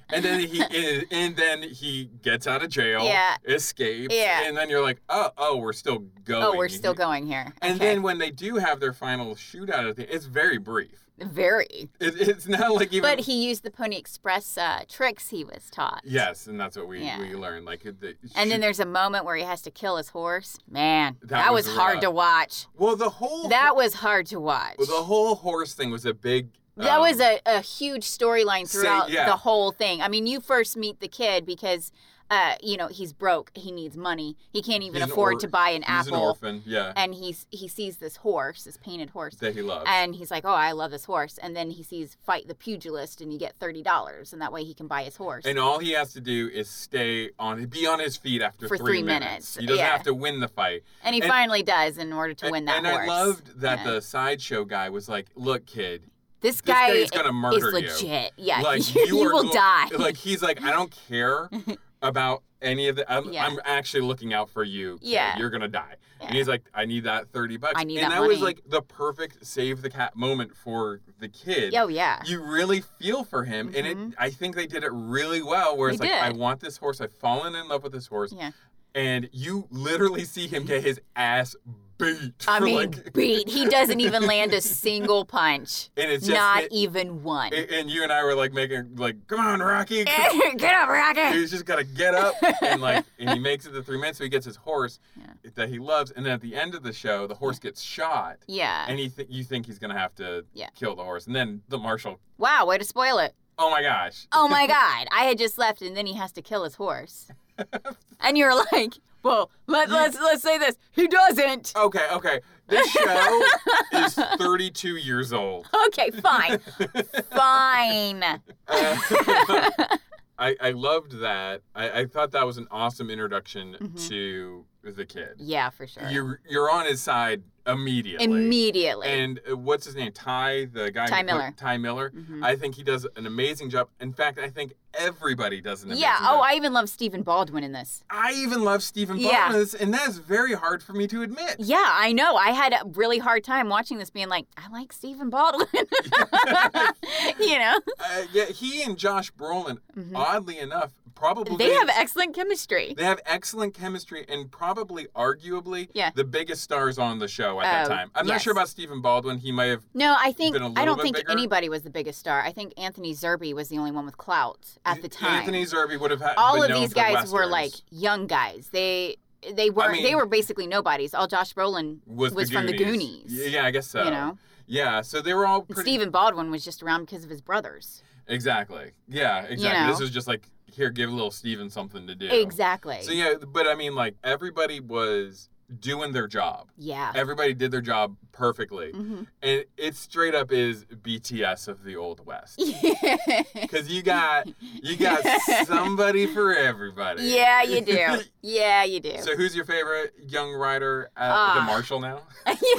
S3: and then he and, and then he gets out of jail,
S2: Yeah.
S3: escapes.
S2: Yeah.
S3: And then you're like, oh, oh, we're still going.
S2: oh, we're still going here.
S3: And
S2: Okay.
S3: then when they do have their final shootout at the it's very brief.
S2: very,
S3: It, it's not like even
S2: but he used the Pony Express uh, tricks he was taught.
S3: Yes, and that's what we,
S2: Yeah.
S3: we learned. Like the
S2: And then
S3: shoot-
S2: there's a moment where he has to kill his horse. Man,
S3: That
S2: that,
S3: was
S2: was, hard
S3: rough.
S2: to watch.
S3: Well the whole
S2: That was hard to watch.
S3: Well, the whole horse thing was a big.
S2: That
S3: um,
S2: was a, a huge storyline
S3: say-
S2: throughout
S3: yeah.
S2: the whole thing. I mean, you first meet the kid because uh, you know, he's broke. He needs money. He can't even
S3: He's an
S2: afford
S3: or-
S2: to buy an
S3: He's an
S2: apple.
S3: orphan. Yeah.
S2: and he's he sees this horse, this painted horse,
S3: that he loves.
S2: and he's like, "Oh, I love this horse." And then he sees fight the pugilist, and you get thirty dollars, and that way he can buy his horse.
S3: And all he has to do is stay on, be on his feet after
S2: For three minutes,
S3: He doesn't
S2: yeah.
S3: have to win the fight.
S2: And he
S3: and-
S2: finally does in order to
S3: and,
S2: win that
S3: and
S2: horse.
S3: I loved that
S2: Yeah.
S3: the sideshow guy was like, "Look, kid,
S2: this
S3: this
S2: guy
S3: guy's gonna
S2: is
S3: murder you.
S2: legit. Yeah,
S3: Like
S2: you,
S3: are
S2: will
S3: go-
S2: die.
S3: Like he's like, I don't care about any of the. I'm,
S2: Yeah.
S3: I'm actually looking out for you. kid.
S2: Yeah.
S3: you're gonna die.
S2: Yeah.
S3: And he's like, I need that thirty bucks.
S2: I need
S3: and
S2: that
S3: that was
S2: money.
S3: like the perfect save the cat moment for the kid.
S2: oh yeah,
S3: You really feel for him, and
S2: Mhm.
S3: it, I think they did it really well. Where it's
S2: They
S3: like, I
S2: did.
S3: want this horse. I've fallen in love with this horse,
S2: yeah.
S3: and you literally see him get his ass beat.
S2: I
S3: for,
S2: mean,
S3: like-
S2: beat. He doesn't even land a single punch.
S3: and it's just
S2: Not
S3: it-
S2: even one.
S3: A- and you and I were like making like, come on, Rocky. come
S2: Get up,
S3: on."
S2: Rocket.
S3: He's just gotta get up and like, and he makes it to three minutes. So he gets his horse
S2: Yeah.
S3: that he loves, and then at the end of the show, the horse gets shot,
S2: Yeah.
S3: and he th- you think he's gonna have to
S2: Yeah.
S3: kill the horse, and then the marshal,
S2: Wow, way to spoil it.
S3: oh my gosh,
S2: Oh my God. I had just left, and then he has to kill his horse. And you're like, well, let, let's let's say this. He doesn't.
S3: okay, okay, this show is 32 years old.
S2: Okay, fine, fine.
S3: Uh, I, I loved that. I, I thought that was an awesome introduction
S2: Mhm.
S3: to the kid.
S2: Yeah, for sure.
S3: You're you're on his side immediately.
S2: Immediately.
S3: And uh, what's his name? Ty, the guy.
S2: Ty
S3: who put-
S2: Miller.
S3: Ty Miller.
S2: Mhm.
S3: I think he does an amazing job. In fact, I think everybody does an amazing
S2: yeah. Oh,
S3: job.
S2: I even love Stephen Baldwin in this.
S3: I even love Stephen Baldwin,
S2: Yeah.
S3: in this, and that is very hard for me to admit.
S2: Yeah, I know. I had a really hard time watching this, being like, I like Stephen Baldwin. you know,
S3: Uh, yeah, he and Josh Brolin,
S2: Mhm.
S3: oddly enough, probably
S2: they have excellent chemistry.
S3: they have excellent chemistry and probably, arguably,
S2: Yeah.
S3: the biggest stars on the show at
S2: Oh,
S3: that time. I'm not
S2: yes.
S3: sure about Stephen Baldwin. He might have.
S2: No, I think
S3: Been a
S2: I
S3: little
S2: don't
S3: bit
S2: think
S3: bigger.
S2: anybody was the biggest star. I think Anthony Zerbe was the only one with clout at the time.
S3: Anthony Zerbe would have had.
S2: All
S3: been
S2: of
S3: known
S2: these
S3: for
S2: guys were
S3: Westerns.
S2: like young guys. They they were they
S3: mean-
S2: were basically nobodies. All Josh Brolin
S3: was,
S2: was from the Goonies,
S3: Yeah, I guess so.
S2: you know.
S3: Yeah, so they were all
S2: And
S3: pretty.
S2: Stephen Baldwin was just around because of his brothers.
S3: Exactly. Yeah, exactly. This
S2: know?
S3: is just like here, give little Steven something to do.
S2: Exactly.
S3: So yeah, but I mean like everybody was doing their job.
S2: yeah.
S3: Everybody did their job perfectly.
S2: Mhm.
S3: And it straight up is BTS of the old west. Cuz you got you got somebody for everybody.
S2: yeah, you do. Yeah, you do.
S3: so who's your favorite young writer at the
S2: Ah.
S3: Marshall now?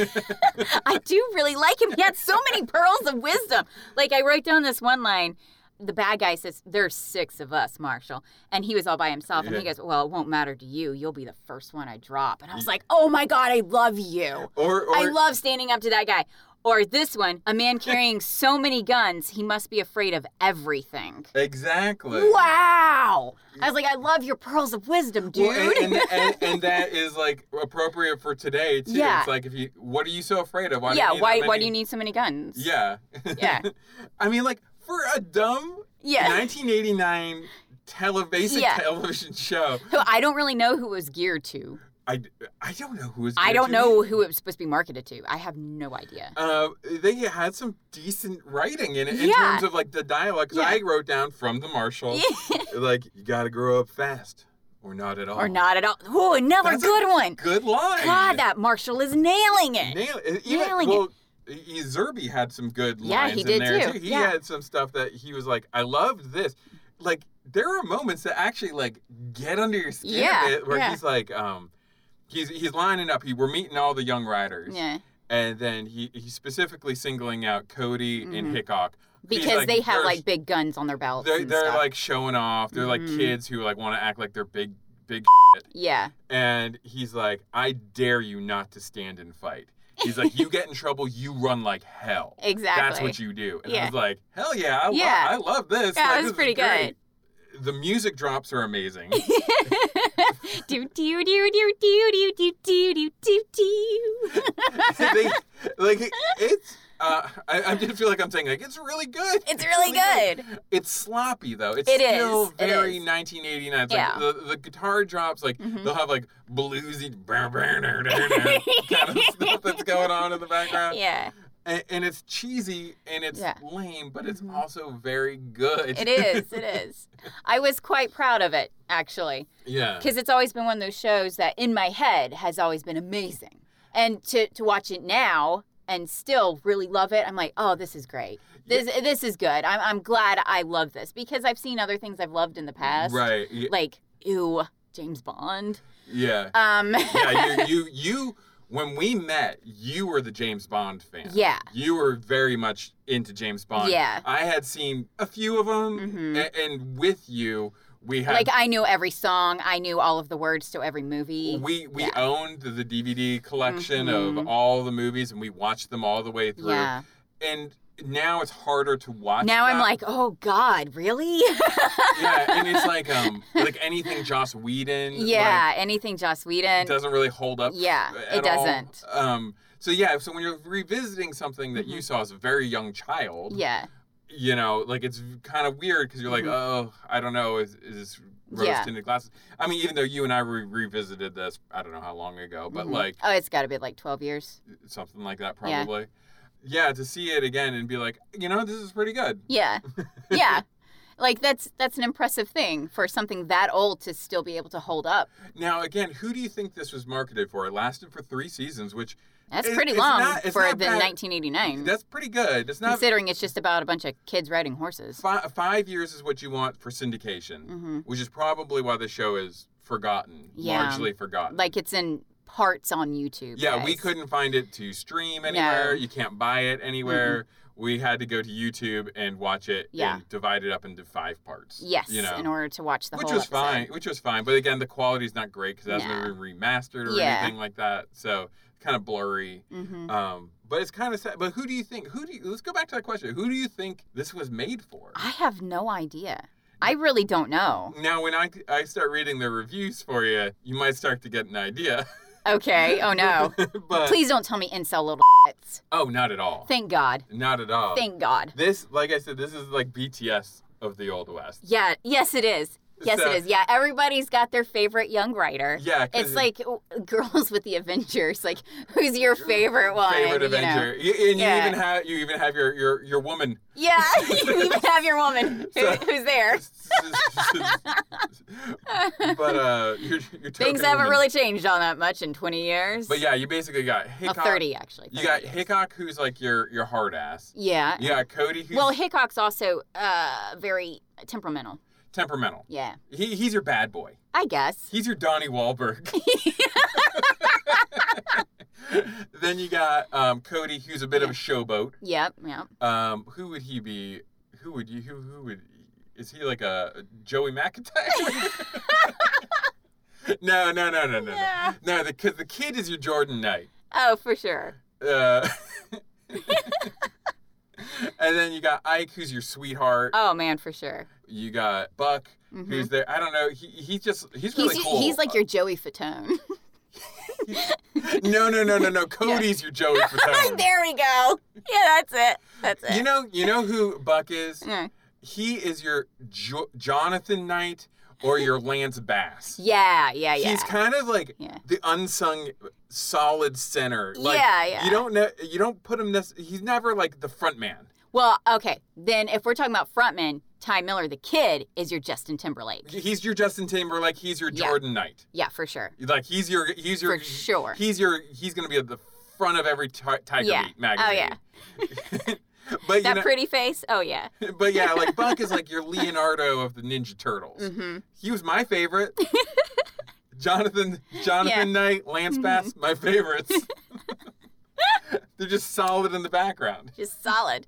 S2: I do really like him. He had so many pearls of wisdom. Like I wrote down this one line. The bad guy says, "There's six of us, Marshall," and he was all by himself. And he
S3: Yeah.
S2: goes, "Well, it won't matter to you. You'll be the first one I drop." And I was like, "Oh my god, I love you.
S3: Or or
S2: I love standing up to that guy." Or this one, a man carrying so many guns, he must be afraid of everything.
S3: Exactly.
S2: Wow! I was like, I love your pearls of wisdom, dude.
S3: Well, and, and, and, and that is like appropriate for today too.
S2: Yeah.
S3: It's like if you, what are you so afraid of? Why
S2: yeah,
S3: Do you need that
S2: why why
S3: many-
S2: do you need so many guns?
S3: Yeah.
S2: Yeah.
S3: I mean, like for a dumb
S2: Yeah.
S3: 1989 television
S2: Yeah.
S3: television show,
S2: Who I don't really know who it was geared to.
S3: I, I don't know who was.
S2: I
S3: there
S2: don't
S3: to
S2: know
S3: be.
S2: who it was supposed to be marketed to. I have no idea.
S3: Uh, they had some decent writing in it in
S2: Yeah.
S3: terms of like the dialogue. 'cause
S2: Yeah.
S3: I wrote down from the Marshall, like you gotta grow up fast or not at all.
S2: Or not at all. Oh, another
S3: That's a
S2: good one.
S3: Good line.
S2: God, that Marshall is nailing it.
S3: Nail, even,
S2: Nailing it.
S3: well, e- Zerbe had some good
S2: Yeah,
S3: lines
S2: he
S3: in
S2: did
S3: there
S2: too.
S3: too. He
S2: Yeah.
S3: had some stuff that he was like, I loved this. Like there are moments that actually like get under your skin
S2: Yeah,
S3: a bit where
S2: yeah.
S3: he's like, um, he's he's lining up. He we're meeting all the young riders,
S2: yeah.
S3: and then he he's specifically singling out Cody
S2: Mm-hmm.
S3: and Hickok He's
S2: Because
S3: like,
S2: they have
S3: "There's-
S2: like big guns on their belts.
S3: they're,
S2: and
S3: they're
S2: stuff.
S3: like showing off. They're
S2: Mhm.
S3: like kids who like want to act like they're big.
S2: yeah.
S3: And he's like, I dare you not to stand and fight. He's like, you get in trouble, you run like hell.
S2: Exactly.
S3: That's what you do. And
S2: Yeah.
S3: I was like, hell yeah, I, lo-
S2: Yeah.
S3: I love this.
S2: Yeah, it
S3: Like,
S2: was
S3: this is
S2: pretty
S3: great. The music drops are amazing.
S2: do do do do do do do do do do.
S3: they, like it- it's, uh, I, I just feel like I'm saying like it's really good.
S2: It's really good.
S3: It's sloppy though. It's
S2: It is.
S3: still
S2: It
S3: very
S2: is.
S3: 1989. It's
S2: Yeah.
S3: like the, the guitar drops like
S2: Mhm.
S3: they'll have like bluesy kind of stuff that's going on in the background.
S2: Yeah.
S3: and, and it's cheesy and it's
S2: Yeah.
S3: lame, but it's
S2: Mhm.
S3: also very good.
S2: It is. It is. I was quite proud of it, actually,
S3: yeah.
S2: because it's always been one of those shows that in my head has always been amazing. And to, to watch it now and still really love it, I'm like, oh, this is great. This, this is good. I'm, I'm glad I love this because I've seen other things I've loved in the past.
S3: Right. y-
S2: Like, ew, James Bond.
S3: Yeah.
S2: Um,
S3: yeah. You, you, you, when we met, you were the James Bond fan.
S2: Yeah.
S3: You were very much into James Bond.
S2: Yeah.
S3: I had seen a few of them,
S2: Mhm.
S3: a- and with you, we had.
S2: like, I knew every song, I knew all of the words to every movie.
S3: we we
S2: yeah.
S3: owned the DVD collection
S2: Mhm.
S3: of all the movies and we watched them all the way through.
S2: yeah.
S3: And now it's harder to watch.
S2: Now I'm
S3: that.
S2: like, oh, God, really?
S3: yeah, and it's like um like anything Joss Whedon. like,
S2: Yeah, anything Joss Whedon.
S3: doesn't really hold up.
S2: Yeah,
S3: at
S2: it
S3: all.
S2: doesn't. Mm-hmm.
S3: Um, so yeah, so when you're revisiting something that you saw as a very young child,
S2: Yeah,
S3: you know, like it's kind of weird because you're like,
S2: Mhm.
S3: oh, I don't know, is, is this rose
S2: Yeah.
S3: tinted glasses? I mean, even though you and I re- revisited this, I don't know how long ago, but
S2: Mhm.
S3: like
S2: oh, it's got to be like 12 years.
S3: something like that
S2: Yeah.
S3: probably. Yeah, to see it again and be like, you know, this is pretty good.
S2: Yeah, yeah. Like that's that's an impressive thing for something that old to still be able to hold up.
S3: Now, again, who do you think this was marketed for? It lasted for three seasons, which
S2: That's
S3: It-
S2: pretty
S3: it's
S2: long
S3: not- it's
S2: for
S3: not
S2: the
S3: bad.
S2: 1989,
S3: that's pretty good. It's not
S2: considering it's just about a bunch of kids riding horses.
S3: Fi- five years is what you want for syndication,
S2: hmm
S3: which is probably why the show is forgotten,
S2: Yeah.
S3: largely forgotten.
S2: Like it's in parts on YouTube.
S3: yeah, we
S2: guys.
S3: couldn't find it to stream anywhere. You can't buy it anywhere. We had to go to YouTube and watch it
S2: Yeah.
S3: and divide it up into five parts.
S2: Yes,
S3: you know,
S2: in order to watch the
S3: which
S2: whole.
S3: was
S2: episode.
S3: fine. Which was fine, but again, the quality's not great because it
S2: Nah.
S3: hasn't been remastered or
S2: Yeah.
S3: anything like that. So kind of blurry.
S2: Mhm.
S3: Um, but it's kind of sad. But who do you think? Who do you? Let's go back to that question. Who do you think this was made for?
S2: I have no idea. I really don't know.
S3: Now, when I, I start reading the reviews for you, you might start to get an idea.
S2: Okay. Oh no.
S3: but
S2: Please don't tell me incel little. shits.
S3: oh, not at all.
S2: Thank God.
S3: not at all.
S2: Thank God.
S3: this, like I said, this is like BTS of the old west.
S2: Yeah. Yes, it is. Yes,
S3: So-
S2: it is. Yeah, everybody's got their favorite young writer.
S3: Yeah, 'cause
S2: It's like w- girls with the Avengers. Like, who's your favorite one?
S3: favorite
S2: you know?
S3: Avenger, You- and
S2: Yeah.
S3: you even have you even have your your your woman.
S2: Yeah, you even have your woman who,
S3: So-
S2: who's there.
S3: but uh, your, your token
S2: Things haven't
S3: woman.
S2: really changed all that much in 20 years.
S3: But yeah, you basically got
S2: Well,
S3: Hickok.
S2: 30 actually.
S3: You
S2: 30
S3: got
S2: years.
S3: Hickok, who's like your your hard ass.
S2: Yeah.
S3: You got Cody, who's
S2: Well, Hickok's also uh, very temperamental.
S3: temperamental.
S2: Yeah,
S3: He he's your bad boy.
S2: I guess.
S3: He's your Donnie Wahlberg. then you got um, Cody, who's a bit of a showboat.
S2: Yep. Yep.
S3: Um, who would he be? Who would you? Who, who would? Is he like a Joey McIntyre? no, no, no, no, no, no.
S2: Yeah.
S3: No, because the, kid is your Jordan Knight.
S2: Oh, for sure.
S3: Uh, and then you got Ike, who's your sweetheart.
S2: Oh man, for sure.
S3: You got Buck,
S2: Mhm.
S3: who's there. I don't know. He, he's just he's
S2: He's
S3: really cool.
S2: he's like your Joey Fatone.
S3: No, no, no, no, no. Cody's your Joey Fatone.
S2: there we go. Yeah, that's it. That's it.
S3: You know, you know who Buck is.
S2: Mm.
S3: He is your jo- Jonathan Knight or your Lance Bass.
S2: Yeah, yeah, yeah.
S3: He's kind of like
S2: Yeah.
S3: the unsung solid center. Like,
S2: Yeah, yeah.
S3: You don't know. You don't put him. This. He's never like the front man.
S2: well, okay. Then if we're talking about frontman, Ty Miller, the kid, is your Justin Timberlake.
S3: He's your Justin Timberlake. He's your
S2: Yeah.
S3: Jordan Knight.
S2: Yeah, for sure.
S3: Like he's your. He's your.
S2: For sure.
S3: He's your. He's gonna be at the front of every ti Tiger
S2: Yeah.
S3: Beat
S2: Oh,
S3: magazine. yeah. but you
S2: that
S3: know,
S2: pretty face. Oh yeah.
S3: but yeah, like Buck is like your Leonardo of the Ninja Turtles.
S2: Mm-hmm.
S3: He was my favorite. Jonathan Jonathan
S2: Yeah. Mm-hmm.
S3: Knight, Lance Bass, my favorites. They're just solid in the background.
S2: Just solid.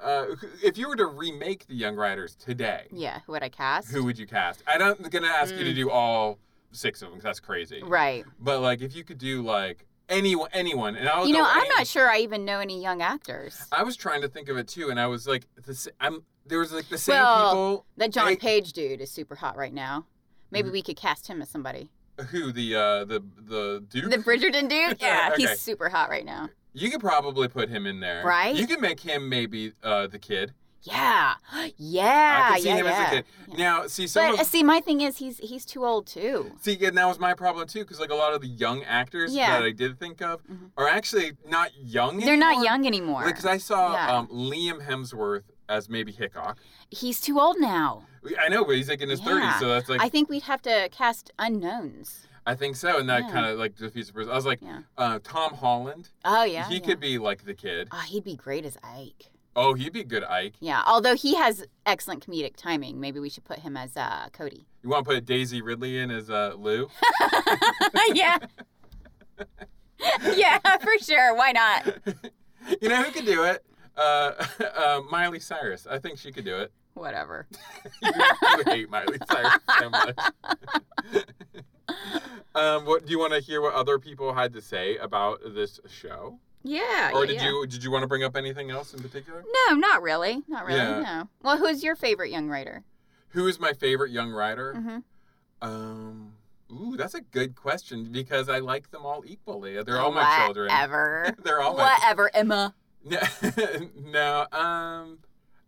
S3: Uh, if you were to remake The Young Riders today,
S2: Yeah. Who would I cast?
S3: who would you cast? I don't, I'm going to ask you to do all six of them 'cause that's crazy.
S2: Mm. Right.
S3: But like, if you could do like anyone, anyone, and I'll
S2: you
S3: go
S2: know, I'm
S3: any-
S2: not sure I even know any young actors.
S3: I was trying to think of it too, and I was like, the, sa- I'm there was like the same
S2: Well, That John
S3: Hey.
S2: Page dude is super hot right now. Maybe
S3: Mm-hmm.
S2: we could cast him as somebody.
S3: people. Who the uh, the the Duke?
S2: The Bridgerton dude? Yeah,
S3: Okay.
S2: he's super hot right now.
S3: You could probably put him in there.
S2: Right?
S3: You could make him maybe uh, the kid.
S2: Yeah.
S3: I
S2: Yeah.
S3: could see
S2: yeah,
S3: him
S2: yeah.
S3: as a kid. Now, see, some
S2: But uh,
S3: of,
S2: see, my thing is he's he's too old too.
S3: see, and that was my problem too, because like a lot of the young actors
S2: Yeah.
S3: that I did think of
S2: Mhm.
S3: are actually not young.
S2: They're not
S3: anymore.
S2: young anymore.
S3: Because I saw
S2: Yeah.
S3: um, Liam Hemsworth as maybe Hickok.
S2: he's too old now.
S3: I know, but he's like in his
S2: Yeah.
S3: 30s, so that's like
S2: I think we'd have to cast unknowns.
S3: I think so, and that
S2: Yeah.
S3: kind of like diffused. I was like,
S2: Yeah.
S3: uh, Tom Holland.
S2: Oh yeah.
S3: he
S2: yeah.
S3: could be like the kid.
S2: Oh, he'd be great as Ike.
S3: Oh, he'd be good Ike.
S2: Yeah. Although he has excellent comedic timing, maybe we should put him as uh, Cody.
S3: You want to put Daisy Ridley in as uh, Lou?
S2: yeah. yeah, for sure. Why not?
S3: you know who could do it? Uh, uh, Miley Cyrus. I think she could do it.
S2: Whatever.
S3: you hate Miley Cyrus so much. um, what do you want to hear? What other people had to say about this show?
S2: Yeah.
S3: or
S2: Uh, yeah,
S3: did
S2: yeah.
S3: you did you want to bring up anything else in particular?
S2: No, not really. Not really.
S3: Yeah.
S2: No. Well, who's your favorite young writer?
S3: Who is my favorite young writer?
S2: Mm-hmm.
S3: Um, ooh, that's a good question because I like them all equally. They're all my children.
S2: Ever.
S3: They're all my
S2: Whatever, Emma.
S3: No, no. Um,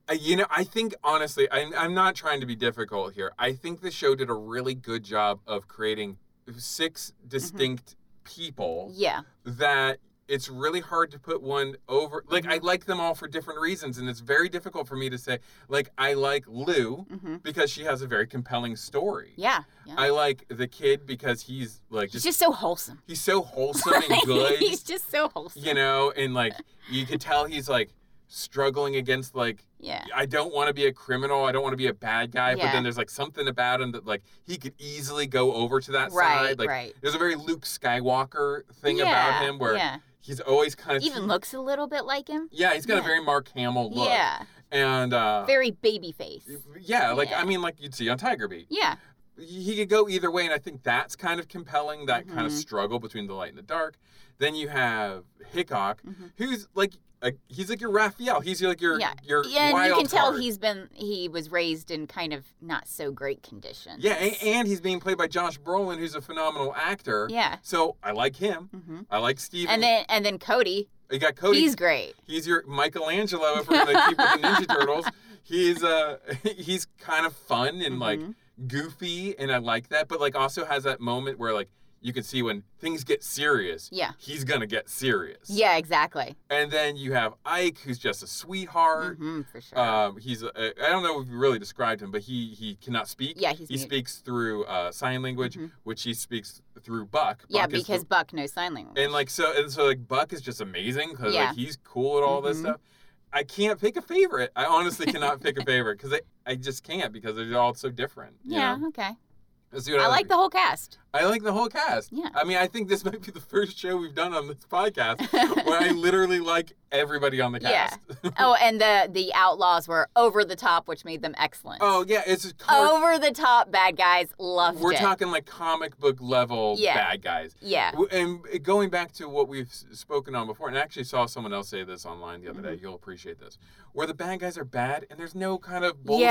S3: I- you know, I think honestly, I'm, I'm not trying to be difficult here. I think the show did a really good job of creating six
S2: Mm-hmm.
S3: distinct people
S2: Yeah.
S3: that it's really hard to put one over. Like,
S2: Mm-hmm.
S3: I like them all for different reasons, and it's very difficult for me to say, like, I like Lou
S2: Mm-hmm.
S3: because she has a very compelling story.
S2: Yeah. Yeah.
S3: I like the kid because he's like
S2: he's
S3: just,
S2: just so wholesome.
S3: he's so wholesome and good
S2: he's just so wholesome.
S3: you know and like you could tell he's like struggling against like
S2: Yeah.
S3: i don't want to be a criminal i don't want to be a bad guy but
S2: Yeah.
S3: then there's like something about him that like he could easily go over to that
S2: Right.
S3: side like
S2: right.
S3: there's a very luke skywalker thing about
S2: Yeah,
S3: him where
S2: yeah.
S3: he's always kind of
S2: even looks a little bit like him.
S3: yeah he's got a
S2: yeah.
S3: very mark hamill look
S2: Yeah.
S3: and uh
S2: Very baby face.
S3: yeah like
S2: Yeah.
S3: i mean like you'd see on tiger beat
S2: Yeah.
S3: he could go either way, and I think that's kind of compelling, that kind of
S2: Mhm.
S3: struggle between the light and the dark. Then you have Hickok,
S2: Mhm.
S3: who's like a, he's like your Raphael. He's like your
S2: Yeah.
S3: your
S2: And you
S3: wild
S2: can tell
S3: card.
S2: he's been he was raised in kind of not so great conditions.
S3: yeah, and, and he's being played by Josh Brolin, who's a phenomenal actor.
S2: Yeah.
S3: So I like him.
S2: hmm
S3: I like Steven.
S2: And then and then Cody,
S3: you got Cody.
S2: he's
S3: He's,
S2: great.
S3: your Michelangelo if we're gonna keep with the Ninja Turtles. He's uh he's kind of fun and like
S2: Mhm.
S3: goofy, and I like that. But like also has that moment where like you can see when things get serious.
S2: Yeah.
S3: he's gonna get serious.
S2: Yeah, exactly.
S3: And then you have Ike, who's just a sweetheart.
S2: hmm for sure.
S3: Um, he's a, I don't know if we really described him, but he he cannot speak.
S2: Yeah, he's
S3: he
S2: mute.
S3: speaks through uh, sign language,
S2: Mhm.
S3: which he speaks through Buck. Buck
S2: yeah,
S3: is the-
S2: because Buck knows sign language.
S3: and like so and so like Buck is just amazing because
S2: Yeah.
S3: like he's cool at all this
S2: Mhm.
S3: stuff. I can't pick a favorite. I honestly cannot pick a favorite because I, I just can't because they're all so different. you
S2: yeah,
S3: know? uh,
S2: okay.
S3: Let's see what
S2: I like
S3: the
S2: the whole cast.
S3: I like the whole cast.
S2: Yeah.
S3: I mean, I think this might be the first show we've done on this podcast where I literally like everybody on the
S2: Yeah.
S3: cast.
S2: Oh, and the the outlaws were over the top, which made them excellent.
S3: Oh yeah, it's a car-
S2: over the top bad guys loved
S3: we're
S2: it.
S3: talking like comic book level
S2: Yeah.
S3: bad guys.
S2: yeah.
S3: W- And going back to what we've s- spoken on before, and I actually saw someone else say this online the other day.
S2: Mm-hmm.
S3: You'll appreciate this, where the bad guys are bad, and there's no kind of bull
S2: Yes.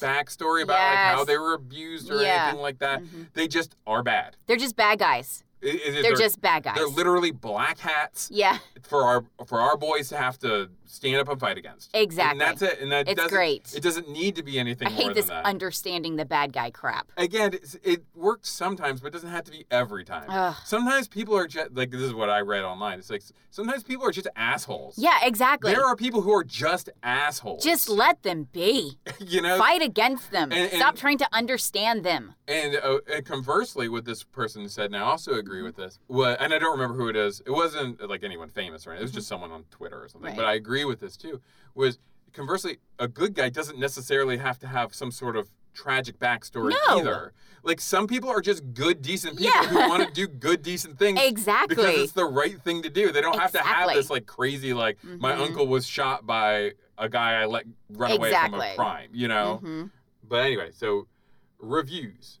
S3: backstory about like how
S2: Yes.
S3: they were abused or
S2: Yeah.
S3: anything like that.
S2: Mhm.
S3: They just are bad.
S2: They're just bad guys.
S3: I- I-
S2: They're, just bad guys.
S3: they're literally black hats
S2: yeah,
S3: for our for our boys to have to stand up and fight against.
S2: exactly.
S3: And that's it. And that
S2: It's
S3: doesn't,
S2: great.
S3: It doesn't need to be anything
S2: I
S3: more
S2: hate this
S3: than that.
S2: understanding the bad guy crap.
S3: Again, it's, it works sometimes, but it doesn't have to be every time.
S2: Ugh.
S3: Sometimes people are just like this is what I read online. It's like sometimes people are just assholes.
S2: Yeah, exactly.
S3: There are people who are just assholes.
S2: Just let them be.
S3: you know.
S2: Fight against them.
S3: And- and-
S2: Stop trying to understand them.
S3: And, uh, and conversely, what this person said, and I also
S2: Mm-hmm.
S3: agree with this. What, and I don't remember who it is. It wasn't uh, like anyone famous, right? It was just someone on Twitter or something.
S2: Mm-hmm.
S3: But
S2: Right.
S3: I agree with this too. Was conversely, a good guy doesn't necessarily have to have some sort of tragic backstory
S2: No.
S3: either. Like some people are just good, decent people
S2: Yeah.
S3: who want to do good, decent things. Because
S2: Exactly.
S3: it's the right thing to do. They don't have to have
S2: Exactly.
S3: this like crazy like my
S2: Mhm.
S3: uncle was shot by a guy I let run away from a
S2: Exactly.
S3: crime, you know?
S2: Mhm.
S3: But anyway, so reviews.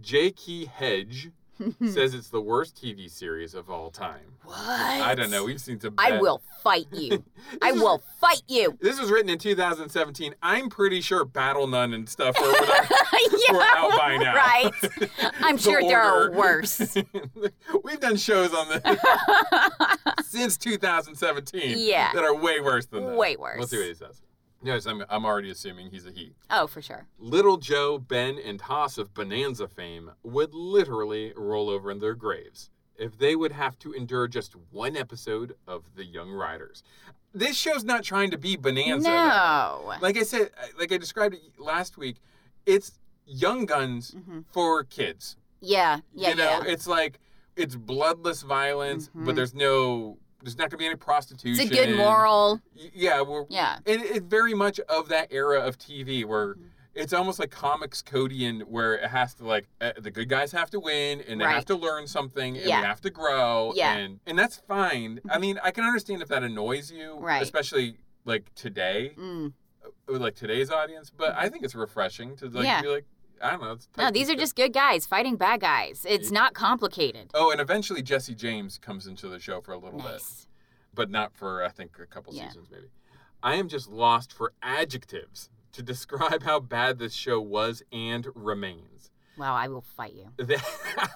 S3: J.K. Hedge says it's the worst TV series of all time.
S2: What?
S3: I don't know. We've seen some.
S2: I
S3: bad-
S2: will fight you.
S3: This
S2: I
S3: is-
S2: will fight you.
S3: This was written in 2017. I'm pretty sure Battle Nun and stuff were, without-
S2: yeah,
S3: were out by now.
S2: right. I'm
S3: The
S2: sure there are
S3: order.
S2: worse.
S3: We've done shows on this since 2017
S2: Yeah.
S3: that are way worse than that.
S2: Way
S3: Let's see what
S2: worse.
S3: he says. Yes, I'm, I'm already assuming he's a he.
S2: Oh, for sure.
S3: Little Joe, Ben, and Haas of Bonanza fame would literally roll over in their graves if they would have to endure just one episode of The Young Riders. This show's not trying to be Bonanza.
S2: no.
S3: though. Like I said, like I described it last week, it's Young Guns
S2: Mhm.
S3: for kids.
S2: Yeah. Yeah.
S3: Mm-hmm. you know,
S2: yeah.
S3: it's like it's bloodless violence, but
S2: Mhm.
S3: there's no, there's not gonna be any
S2: It's
S3: prostitution.
S2: a good moral.
S3: Y- Yeah, we're,
S2: Yeah.
S3: and it's very much of that era of TV where
S2: Mm-hmm.
S3: it's almost like comics Codian, where it has to like uh, the good guys have to win and they have
S2: Right.
S3: to learn something and
S2: Yeah.
S3: we have to grow.
S2: Yeah. Mm-hmm.
S3: and and that's fine. I mean, I can understand if that annoys you,
S2: Right.
S3: Especially like today,
S2: Mm.
S3: with, like today's audience. But I think it's refreshing to like
S2: Mm-hmm. Yeah.
S3: be like, I don't know. It's
S2: No, these are just good guys fighting bad guys. It's not complicated.
S3: Oh, and eventually Jesse James comes into the show for a little bit.
S2: Nice.
S3: but not for I think a couple
S2: Yeah.
S3: seasons maybe. I am just lost for adjectives to describe how bad this show was and remains.
S2: Wow, I will fight you.
S3: That-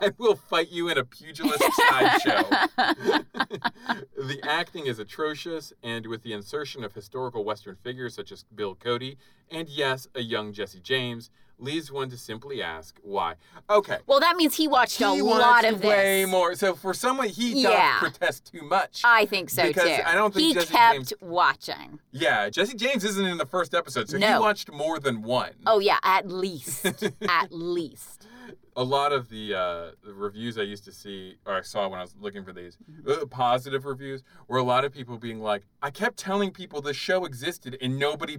S3: I will fight you in a pugilist sideshow. the acting is atrocious, and with the insertion of historical Western figures such as Bill Cody and yes, a young Jesse James, leads one to simply ask why. Okay.
S2: Well, that means he watched a
S3: He
S2: lot
S3: watched
S2: of this.
S3: way more. So for someone, he
S2: Yeah.
S3: does protest too much.
S2: I think so
S3: Because
S2: too.
S3: I don't think
S2: he
S3: Jesse
S2: kept
S3: James-
S2: watching.
S3: Yeah, Jesse James isn't in the first episode, so he
S2: No.
S3: watched more than one.
S2: Oh yeah, at least, at least.
S3: A lot of the, uh, the reviews I used to see, or I saw when I was looking for these,
S2: Mm-hmm.
S3: uh, positive reviews, were a lot of people being like, I kept telling people this show existed and nobody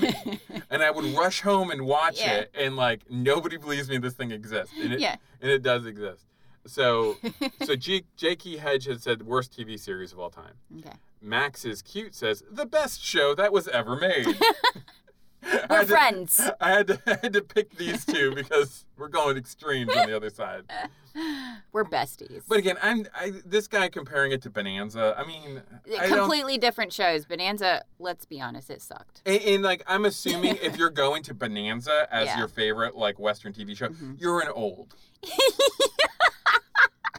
S3: me. and I would rush home and watch
S2: Yeah.
S3: it, and like, nobody believes me this thing exists. And it,
S2: Yeah.
S3: and it does exist. So, so J- J.K. Hedge had said, worst TV series of all time.
S2: Okay.
S3: Max is cute says, the best show that was ever made. I
S2: We're
S3: just-
S2: friends.
S3: I had to, I had to pick these two because we're going extremes on the other side.
S2: We're besties.
S3: But again, I'm I, this guy comparing it to Bonanza. I mean, I don't-
S2: Completely different shows. Bonanza. Let's be honest, it sucked.
S3: and, and, like I'm assuming if you're going to Bonanza as
S2: Yeah.
S3: your favorite like Western TV show, you're an old.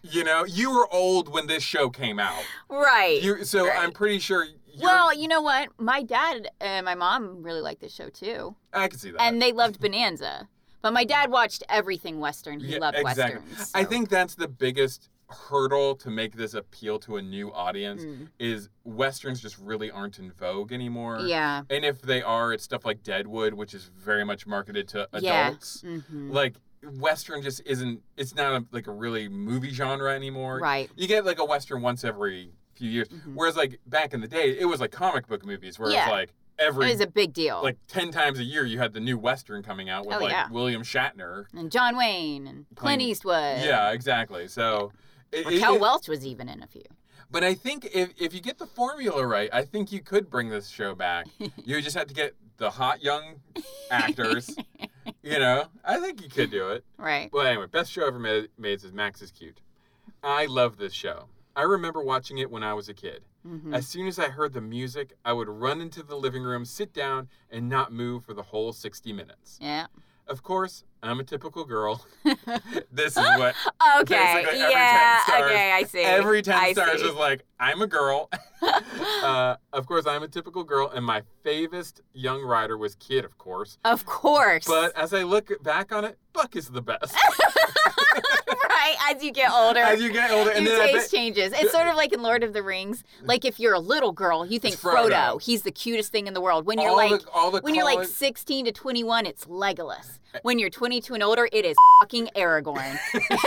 S3: you know, you were old when this show came out.
S2: Right.
S3: You so
S2: Right.
S3: I'm pretty sure. You're,
S2: well, you know what? My dad and my mom really liked this show too,
S3: I can see that.
S2: and they loved Bonanza. But my dad watched everything Western. He
S3: Yeah,
S2: loved
S3: exactly.
S2: westerns.
S3: I
S2: so-
S3: think that's the biggest hurdle to make this appeal to a new audience
S2: Mm.
S3: is westerns just really aren't in vogue anymore.
S2: Yeah.
S3: And if they are, it's stuff like Deadwood, which is very much marketed to
S2: Yeah.
S3: adults.
S2: hmm
S3: Like western just isn't it's not a, like a really movie genre anymore.
S2: Right.
S3: You get like a western once every few years.
S2: Mhm.
S3: Whereas like back in the day, it was like comic book movies where it
S2: Yeah.
S3: was like every
S2: It was a big deal.
S3: like 10 times a year you had the new western coming out with
S2: Oh,
S3: like
S2: yeah.
S3: William Shatner.
S2: and John Wayne and Clint
S3: Clint-
S2: Eastwood.
S3: Yeah, exactly. So it- it-
S2: Raquel
S3: it-
S2: Welch was even in a few.
S3: But I think if, if you get the formula right, I think you could bring this show back. you just have to get the hot young actors. you know, I think you could do it.
S2: Right.
S3: Well, anyway, best show ever made, made is Max is Cute. I love this show. I remember watching it when I was a kid.
S2: hmm
S3: As soon as I heard the music, I would run into the living room, sit down, and not move for the whole 60 minutes.
S2: Yeah.
S3: Of course, I'm a typical girl. this is what
S2: Okay.
S3: Basically, every
S2: Yeah.
S3: 10 stars-
S2: Okay. I see.
S3: Every 10
S2: I
S3: stars
S2: see.
S3: is like, I'm a girl. uh, of course, I'm a typical girl, and my favorite young rider was Kid, of course.
S2: Of course.
S3: But as I look back on it, Buck is the best.
S2: right as you get older.
S3: as you get older, and
S2: your
S3: then I
S2: taste
S3: bet-
S2: changes. It's sort of like in Lord of the Rings. Like if you're a little girl, you think
S3: It's Frodo.
S2: Frodo. He's the cutest thing in the world. When you're
S3: all
S2: like
S3: the, all the Eh.
S2: when you're like
S3: college-
S2: 16 to 21, it's Legolas. When you're 22 and older, it is fucking Aragorn.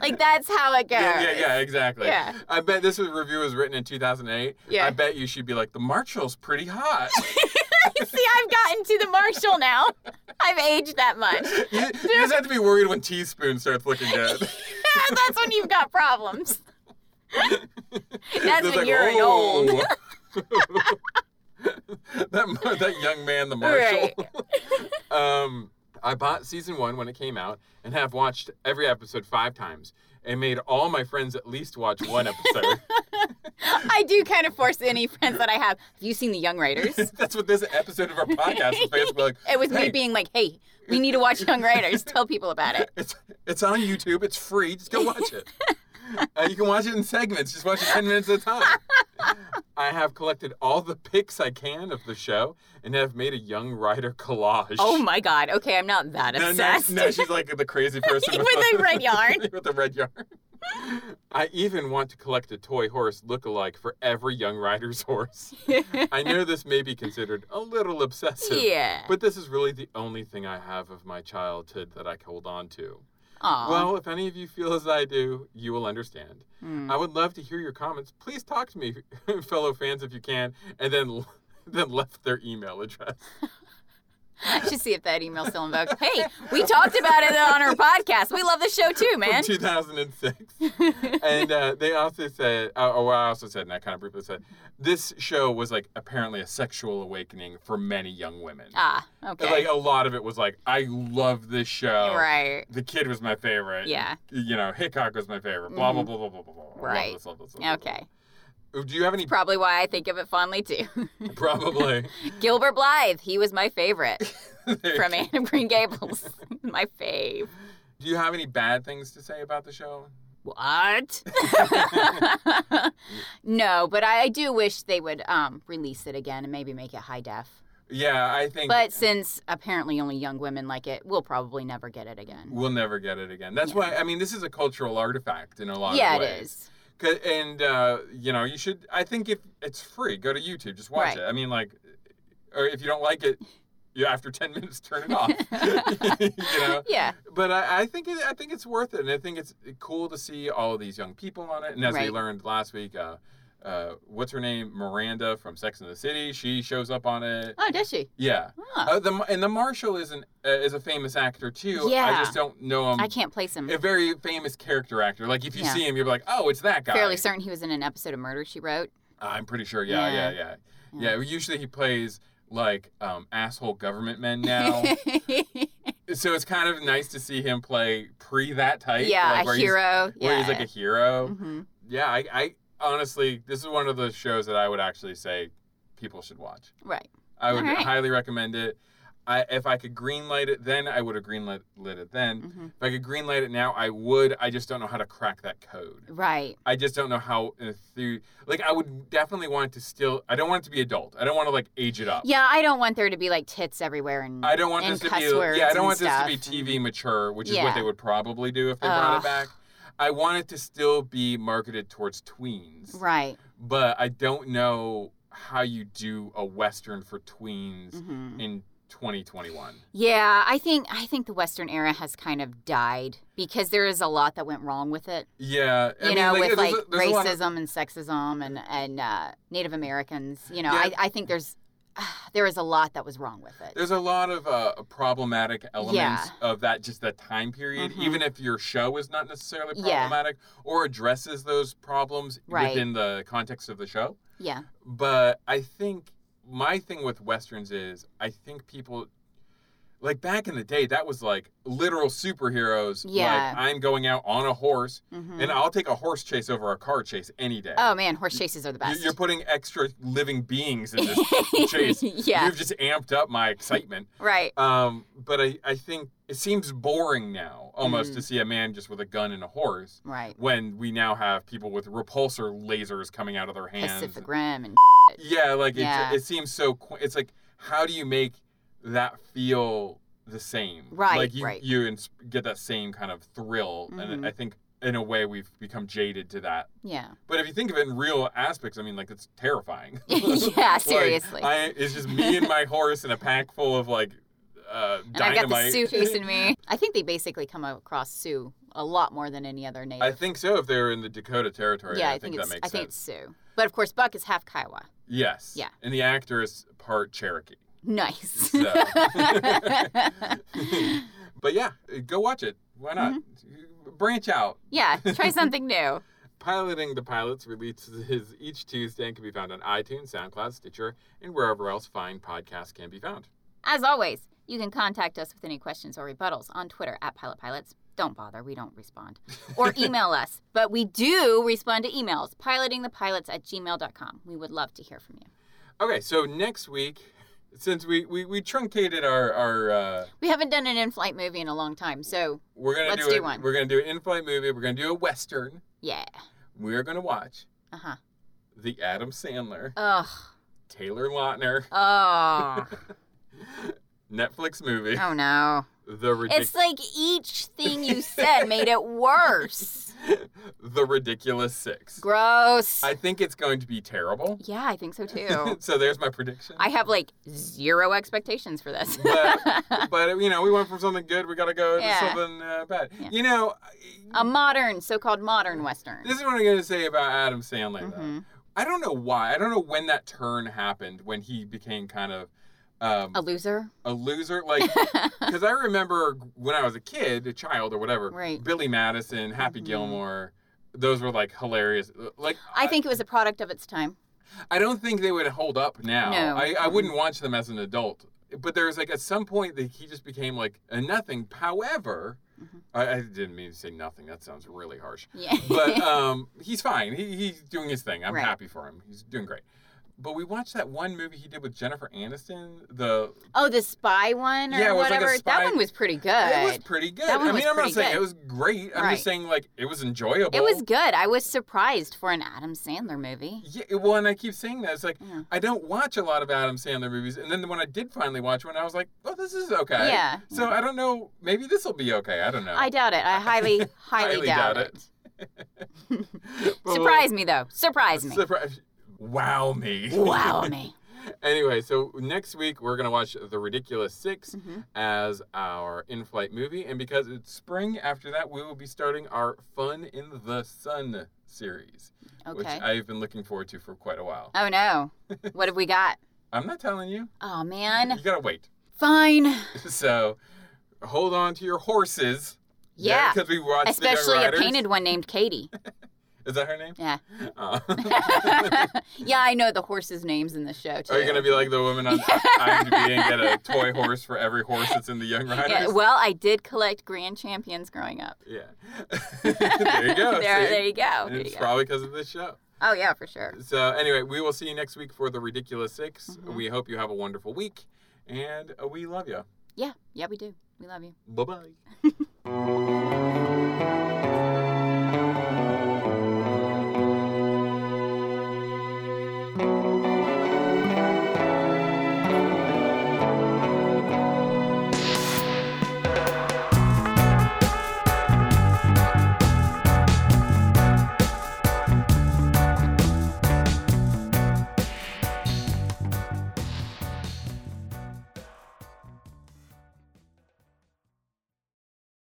S2: like that's how it goes.
S3: Yeah, yeah, yeah, exactly.
S2: Yeah.
S3: I bet this was- review was written in 2008.
S2: Yeah.
S3: I bet you she'd be like, the Marshall's pretty hot.
S2: See, I've gotten to the Marshall now. I've aged that much.
S3: you, you just have to be worried when Teaspoon starts looking good.
S2: That's when you've got problems. That's
S3: It's
S2: when
S3: like, "Oh,
S2: you're an old.
S3: "Whoa." that mo- that young man, the marshal. um, I bought season one when it came out and have watched every episode five times and made all my friends at least watch one episode.
S2: I do kind of force any friends that I have. Have you seen The Young Raiders?
S3: That's what this episode of our podcast is basically like.
S2: It was
S3: "Hey,
S2: me being like, hey, we need to watch Young Raiders. Tell people about it.
S3: It's it's on YouTube. It's free. Just go watch it. Uh, you can watch it in segments. Just watch it 10 minutes at a time. I have collected all the pics I can of the show and have made a Young Rider collage.
S2: Oh my god. Okay, I'm not that
S3: No, no,
S2: obsessed.
S3: no, she's like the crazy person
S2: With the red yarn.
S3: with the red yarn. I even want to collect a toy horse look-alike for every Young Rider's horse. I know this may be considered a little obsessive,
S2: yeah.
S3: but this is really the only thing I have of my childhood that I hold on to.
S2: Aw.
S3: Well, if any of you feel as I do, you will understand.
S2: Hmm.
S3: I would love to hear your comments. Please talk to me, fellow fans, if you can, and then then left their email address.
S2: I should see if that email's still invoked. Hey, we talked about it on our podcast. We love the show too, man.
S3: From 2006. and uh, they also said, oh, oh, I also said, and I kind of briefly said, this show was like apparently a sexual awakening for many young women.
S2: Ah,
S3: And,
S2: okay.
S3: Like oh, a lot of it was like, I love this show.
S2: right.
S3: The kid was my favorite.
S2: Yeah. Mm-hmm.
S3: You know, Hickok was my favorite. Blah, blah, blah, blah, blah, blah, blah. blah,
S2: Right.
S3: blah, blah, blah, blah, blah,
S2: Okay.
S3: blah. Do you have any?
S2: Probably why I think of it fondly too.
S3: Probably.
S2: Gilbert Blythe, he was my favorite
S3: There-
S2: from Anne of Green Gables. my fave.
S3: Do you have any bad things to say about the show?
S2: What? no, but I, I do wish they would um, release it again and maybe make it high def.
S3: Yeah, I think
S2: But since apparently only young women like it, we'll probably never get it again.
S3: we'll never get it again. That's why, I mean, this is a cultural artifact in a lot
S2: Yeah,
S3: of ways.
S2: it is.
S3: 'Cause- And uh, you know, you should. I think if it's free, go to YouTube. Just watch
S2: Right.
S3: it. I mean, like, or if you don't like it, you after ten minutes turn it off. you know.
S2: Yeah.
S3: But I, I think it, I think it's worth it, and I think it's cool to see all of these young people on it. And as we
S2: Right.
S3: learned last week, uh, uh, what's her name, Miranda from Sex and the City, she shows up on it.
S2: Oh, does she?
S3: Yeah.
S2: Huh.
S3: Uh, the and the Marshall is an uh, is a famous actor too. I
S2: Yeah.
S3: just don't know him.
S2: I can't place him.
S3: A very famous character actor. Like if you
S2: Yeah.
S3: see him, you're like, oh, it's that guy.
S2: Fairly certain he was in an episode of Murder She Wrote.
S3: I'm pretty sure. Yeah,
S2: Yeah.
S3: yeah, yeah. Yeah.
S2: Yeah.
S3: usually he plays like um, asshole government men now, so it's kind of nice to see him play pre that type.
S2: yeah,
S3: like,
S2: a
S3: where
S2: hero.
S3: He's, Where
S2: yeah.
S3: he's like a hero.
S2: hmm
S3: Yeah, I, I honestly, this is one of those shows that I would actually say people should watch.
S2: Right.
S3: I would
S2: All right.
S3: highly recommend it. I, if I could greenlight it then, I would have greenlit lit it then.
S2: hmm
S3: If I could greenlight it now, I would. I just don't know how to crack that code.
S2: Right.
S3: I just don't know how enthu- like I would definitely want it to still I don't want it to be adult. I don't want to like age it up.
S2: Yeah, I don't want there to be like tits everywhere and
S3: Uh, I don't want
S2: and
S3: this to
S2: cuss
S3: be
S2: words
S3: yeah, I don't
S2: and
S3: want
S2: stuff.
S3: this to be TV mature, which is what
S2: Yeah.
S3: they would probably do if they brought it
S2: Ugh.
S3: back. I want it to still be marketed towards tweens.
S2: Right.
S3: But I don't know how you do a western for tweens
S2: hmm
S3: in 2021.
S2: Yeah, I think I think the Western era has kind of died because there is a lot that went wrong with it.
S3: Yeah, I
S2: You
S3: mean,
S2: know,
S3: like,
S2: with
S3: there's
S2: like
S3: a- there's a lot of-
S2: racism and sexism and and uh, Native Americans. You know,
S3: Yeah.
S2: I, I think there's there is a lot that was wrong with it.
S3: There's a lot of uh, problematic elements
S2: Yeah.
S3: of that, just that time period,
S2: Mhm.
S3: even if your show is not necessarily
S2: Yeah.
S3: problematic or addresses those problems
S2: Right.
S3: within the context of the show.
S2: Yeah.
S3: But I think my thing with Westerns is I think people. Like back in the day, that was like literal superheroes.
S2: Yeah.
S3: Like I'm going out on a horse,
S2: hmm
S3: and I'll take a horse chase over a car chase any day.
S2: oh man, horse chases are the
S3: You're-
S2: best.
S3: You're putting extra living beings in this chase.
S2: yeah.
S3: You've just amped up my excitement.
S2: Right.
S3: Um, but I, I think it seems boring now almost
S2: Mm.
S3: to see a man just with a gun and a horse
S2: Right.
S3: when we now have people with repulsor lasers coming out of their hands.
S2: Pacific Rim and
S3: Yeah, like it,
S2: Yeah.
S3: it seems so. qu- It's like how do you make that feel the same?
S2: Right,
S3: Like you
S2: right.
S3: you ins- get that same kind of thrill, and
S2: Mhm.
S3: I think in a way we've become jaded to that.
S2: yeah.
S3: But if you think of it in real aspects, I mean, like it's terrifying.
S2: yeah,
S3: Like,
S2: seriously.
S3: I, it's just me and my horse and a pack full of like uh,
S2: and I've got the
S3: dynamite.
S2: Sioux chasing me. I think they basically come across Sioux a lot more than any other native.
S3: I think so. If they're in the Dakota Territory,
S2: yeah,
S3: I,
S2: I think,
S3: that
S2: it's I
S3: makes
S2: think
S3: sense.
S2: it's Sioux. But of course, Buck is half Kiowa.
S3: Yes.
S2: Yeah.
S3: And the actor is part Cherokee.
S2: Nice.
S3: So. but yeah, go watch it. Why not?
S2: Mm-hmm.
S3: Branch out.
S2: yeah, try something new.
S3: Piloting the Pilots releases each Tuesday and can be found on iTunes, SoundCloud, Stitcher, and wherever else fine podcasts can be found.
S2: As always, you can contact us with any questions or rebuttals on Twitter at Pilot Pilots. Don't bother, we don't respond. Or email us, but we do respond to emails, pilotingthepilots at gmail.com. We would love to hear from you.
S3: Okay, so next week, since we we, we truncated our our uh,
S2: We haven't done an in-flight movie in a long time, so
S3: we're gonna
S2: Let's
S3: do,
S2: do
S3: it.
S2: one.
S3: We're gonna do an in-flight movie. We're gonna do a western.
S2: yeah.
S3: We're gonna watch
S2: Uh huh.
S3: the Adam Sandler,
S2: Ugh.
S3: Taylor Lautner
S2: Oh.
S3: Netflix movie,
S2: oh no.
S3: the ridic-
S2: It's like each thing you said made it worse.
S3: the ridiculous six.
S2: Gross.
S3: I think it's going to be terrible.
S2: yeah, I think so too.
S3: so there's my prediction.
S2: I have like zero expectations for this.
S3: but, but you know, we went from something good, we gotta go to
S2: Yeah.
S3: something uh, bad.
S2: Yeah. Uh,
S3: You know,
S2: a modern, so-called modern western.
S3: this is what I'm gonna say about Adam Sandler. Though.
S2: Mhm.
S3: I don't know why. I don't know when that turn happened when he became kind of um,
S2: A loser.
S3: a loser. Like, because I remember when I was a kid, a child or whatever,
S2: Right.
S3: Billy Madison, Happy
S2: Mhm.
S3: Gilmore. Those were like hilarious. uh, Like
S2: I think it was a product of its time.
S3: I don't think they would hold up now.
S2: No. Mm-hmm.
S3: I, I wouldn't watch them as an adult. But there was like at some point that he just became like a nothing. However,
S2: Mhm.
S3: I, I didn't mean to say nothing. That sounds really harsh.
S2: Yeah.
S3: But um, he's fine. He, he's doing his thing. I'm
S2: Right.
S3: happy for him. He's doing great. But we watched that one movie he did with Jennifer Aniston. The
S2: oh, the spy one or
S3: Yeah, it was like a
S2: whatever.
S3: spy-
S2: That one was pretty good.
S3: it was pretty good.
S2: That one
S3: I mean,
S2: was
S3: I'm not
S2: pretty
S3: saying
S2: good.
S3: it was great. I'm
S2: Right.
S3: just saying like it was enjoyable.
S2: It was good. I was surprised for an Adam Sandler movie.
S3: Yeah, well, and I keep saying that it's like
S2: Yeah.
S3: I don't watch a lot of Adam Sandler movies, and then when I did finally watch one, I was like, "Oh, this is okay."
S2: Yeah.
S3: So I don't know. Maybe this will be okay. I don't know.
S2: I doubt it. I highly, highly,
S3: Highly
S2: doubt,
S3: doubt
S2: it.
S3: But we'll-
S2: Surprise me though. Surprise me.
S3: Surprise! Wow me!
S2: wow me.
S3: anyway, so next week we're gonna watch The Ridiculous 6
S2: Mhm.
S3: as our in-flight movie, and because it's spring, after that we will be starting our Fun in the Sun series, which
S2: Okay.
S3: I've been looking forward to for quite a while.
S2: Oh no. What have we got?
S3: I'm not telling you.
S2: Oh man.
S3: You gotta wait.
S2: Fine.
S3: So hold on to your horses.
S2: Yeah.
S3: Because we watched
S2: Especially
S3: the
S2: a
S3: Riders.
S2: painted one named Katie.
S3: Is that her name?
S2: Yeah.
S3: Uh,
S2: yeah, I know the horses' names in the show too.
S3: are you gonna be like the woman on IMDb and get a toy horse for every horse that's in the Young Riders?
S2: Yeah, well, I did collect grand champions growing up.
S3: Yeah. there you go.
S2: there,
S3: see?
S2: there you go.
S3: And
S2: There
S3: it's
S2: you go.
S3: probably because of this show.
S2: Oh yeah, for sure.
S3: So anyway, we will see you next week for the Ridiculous 6
S2: Mhm.
S3: We hope you have a wonderful week, and uh, we love you.
S2: Yeah, yeah, we do. We love you.
S3: Bye bye.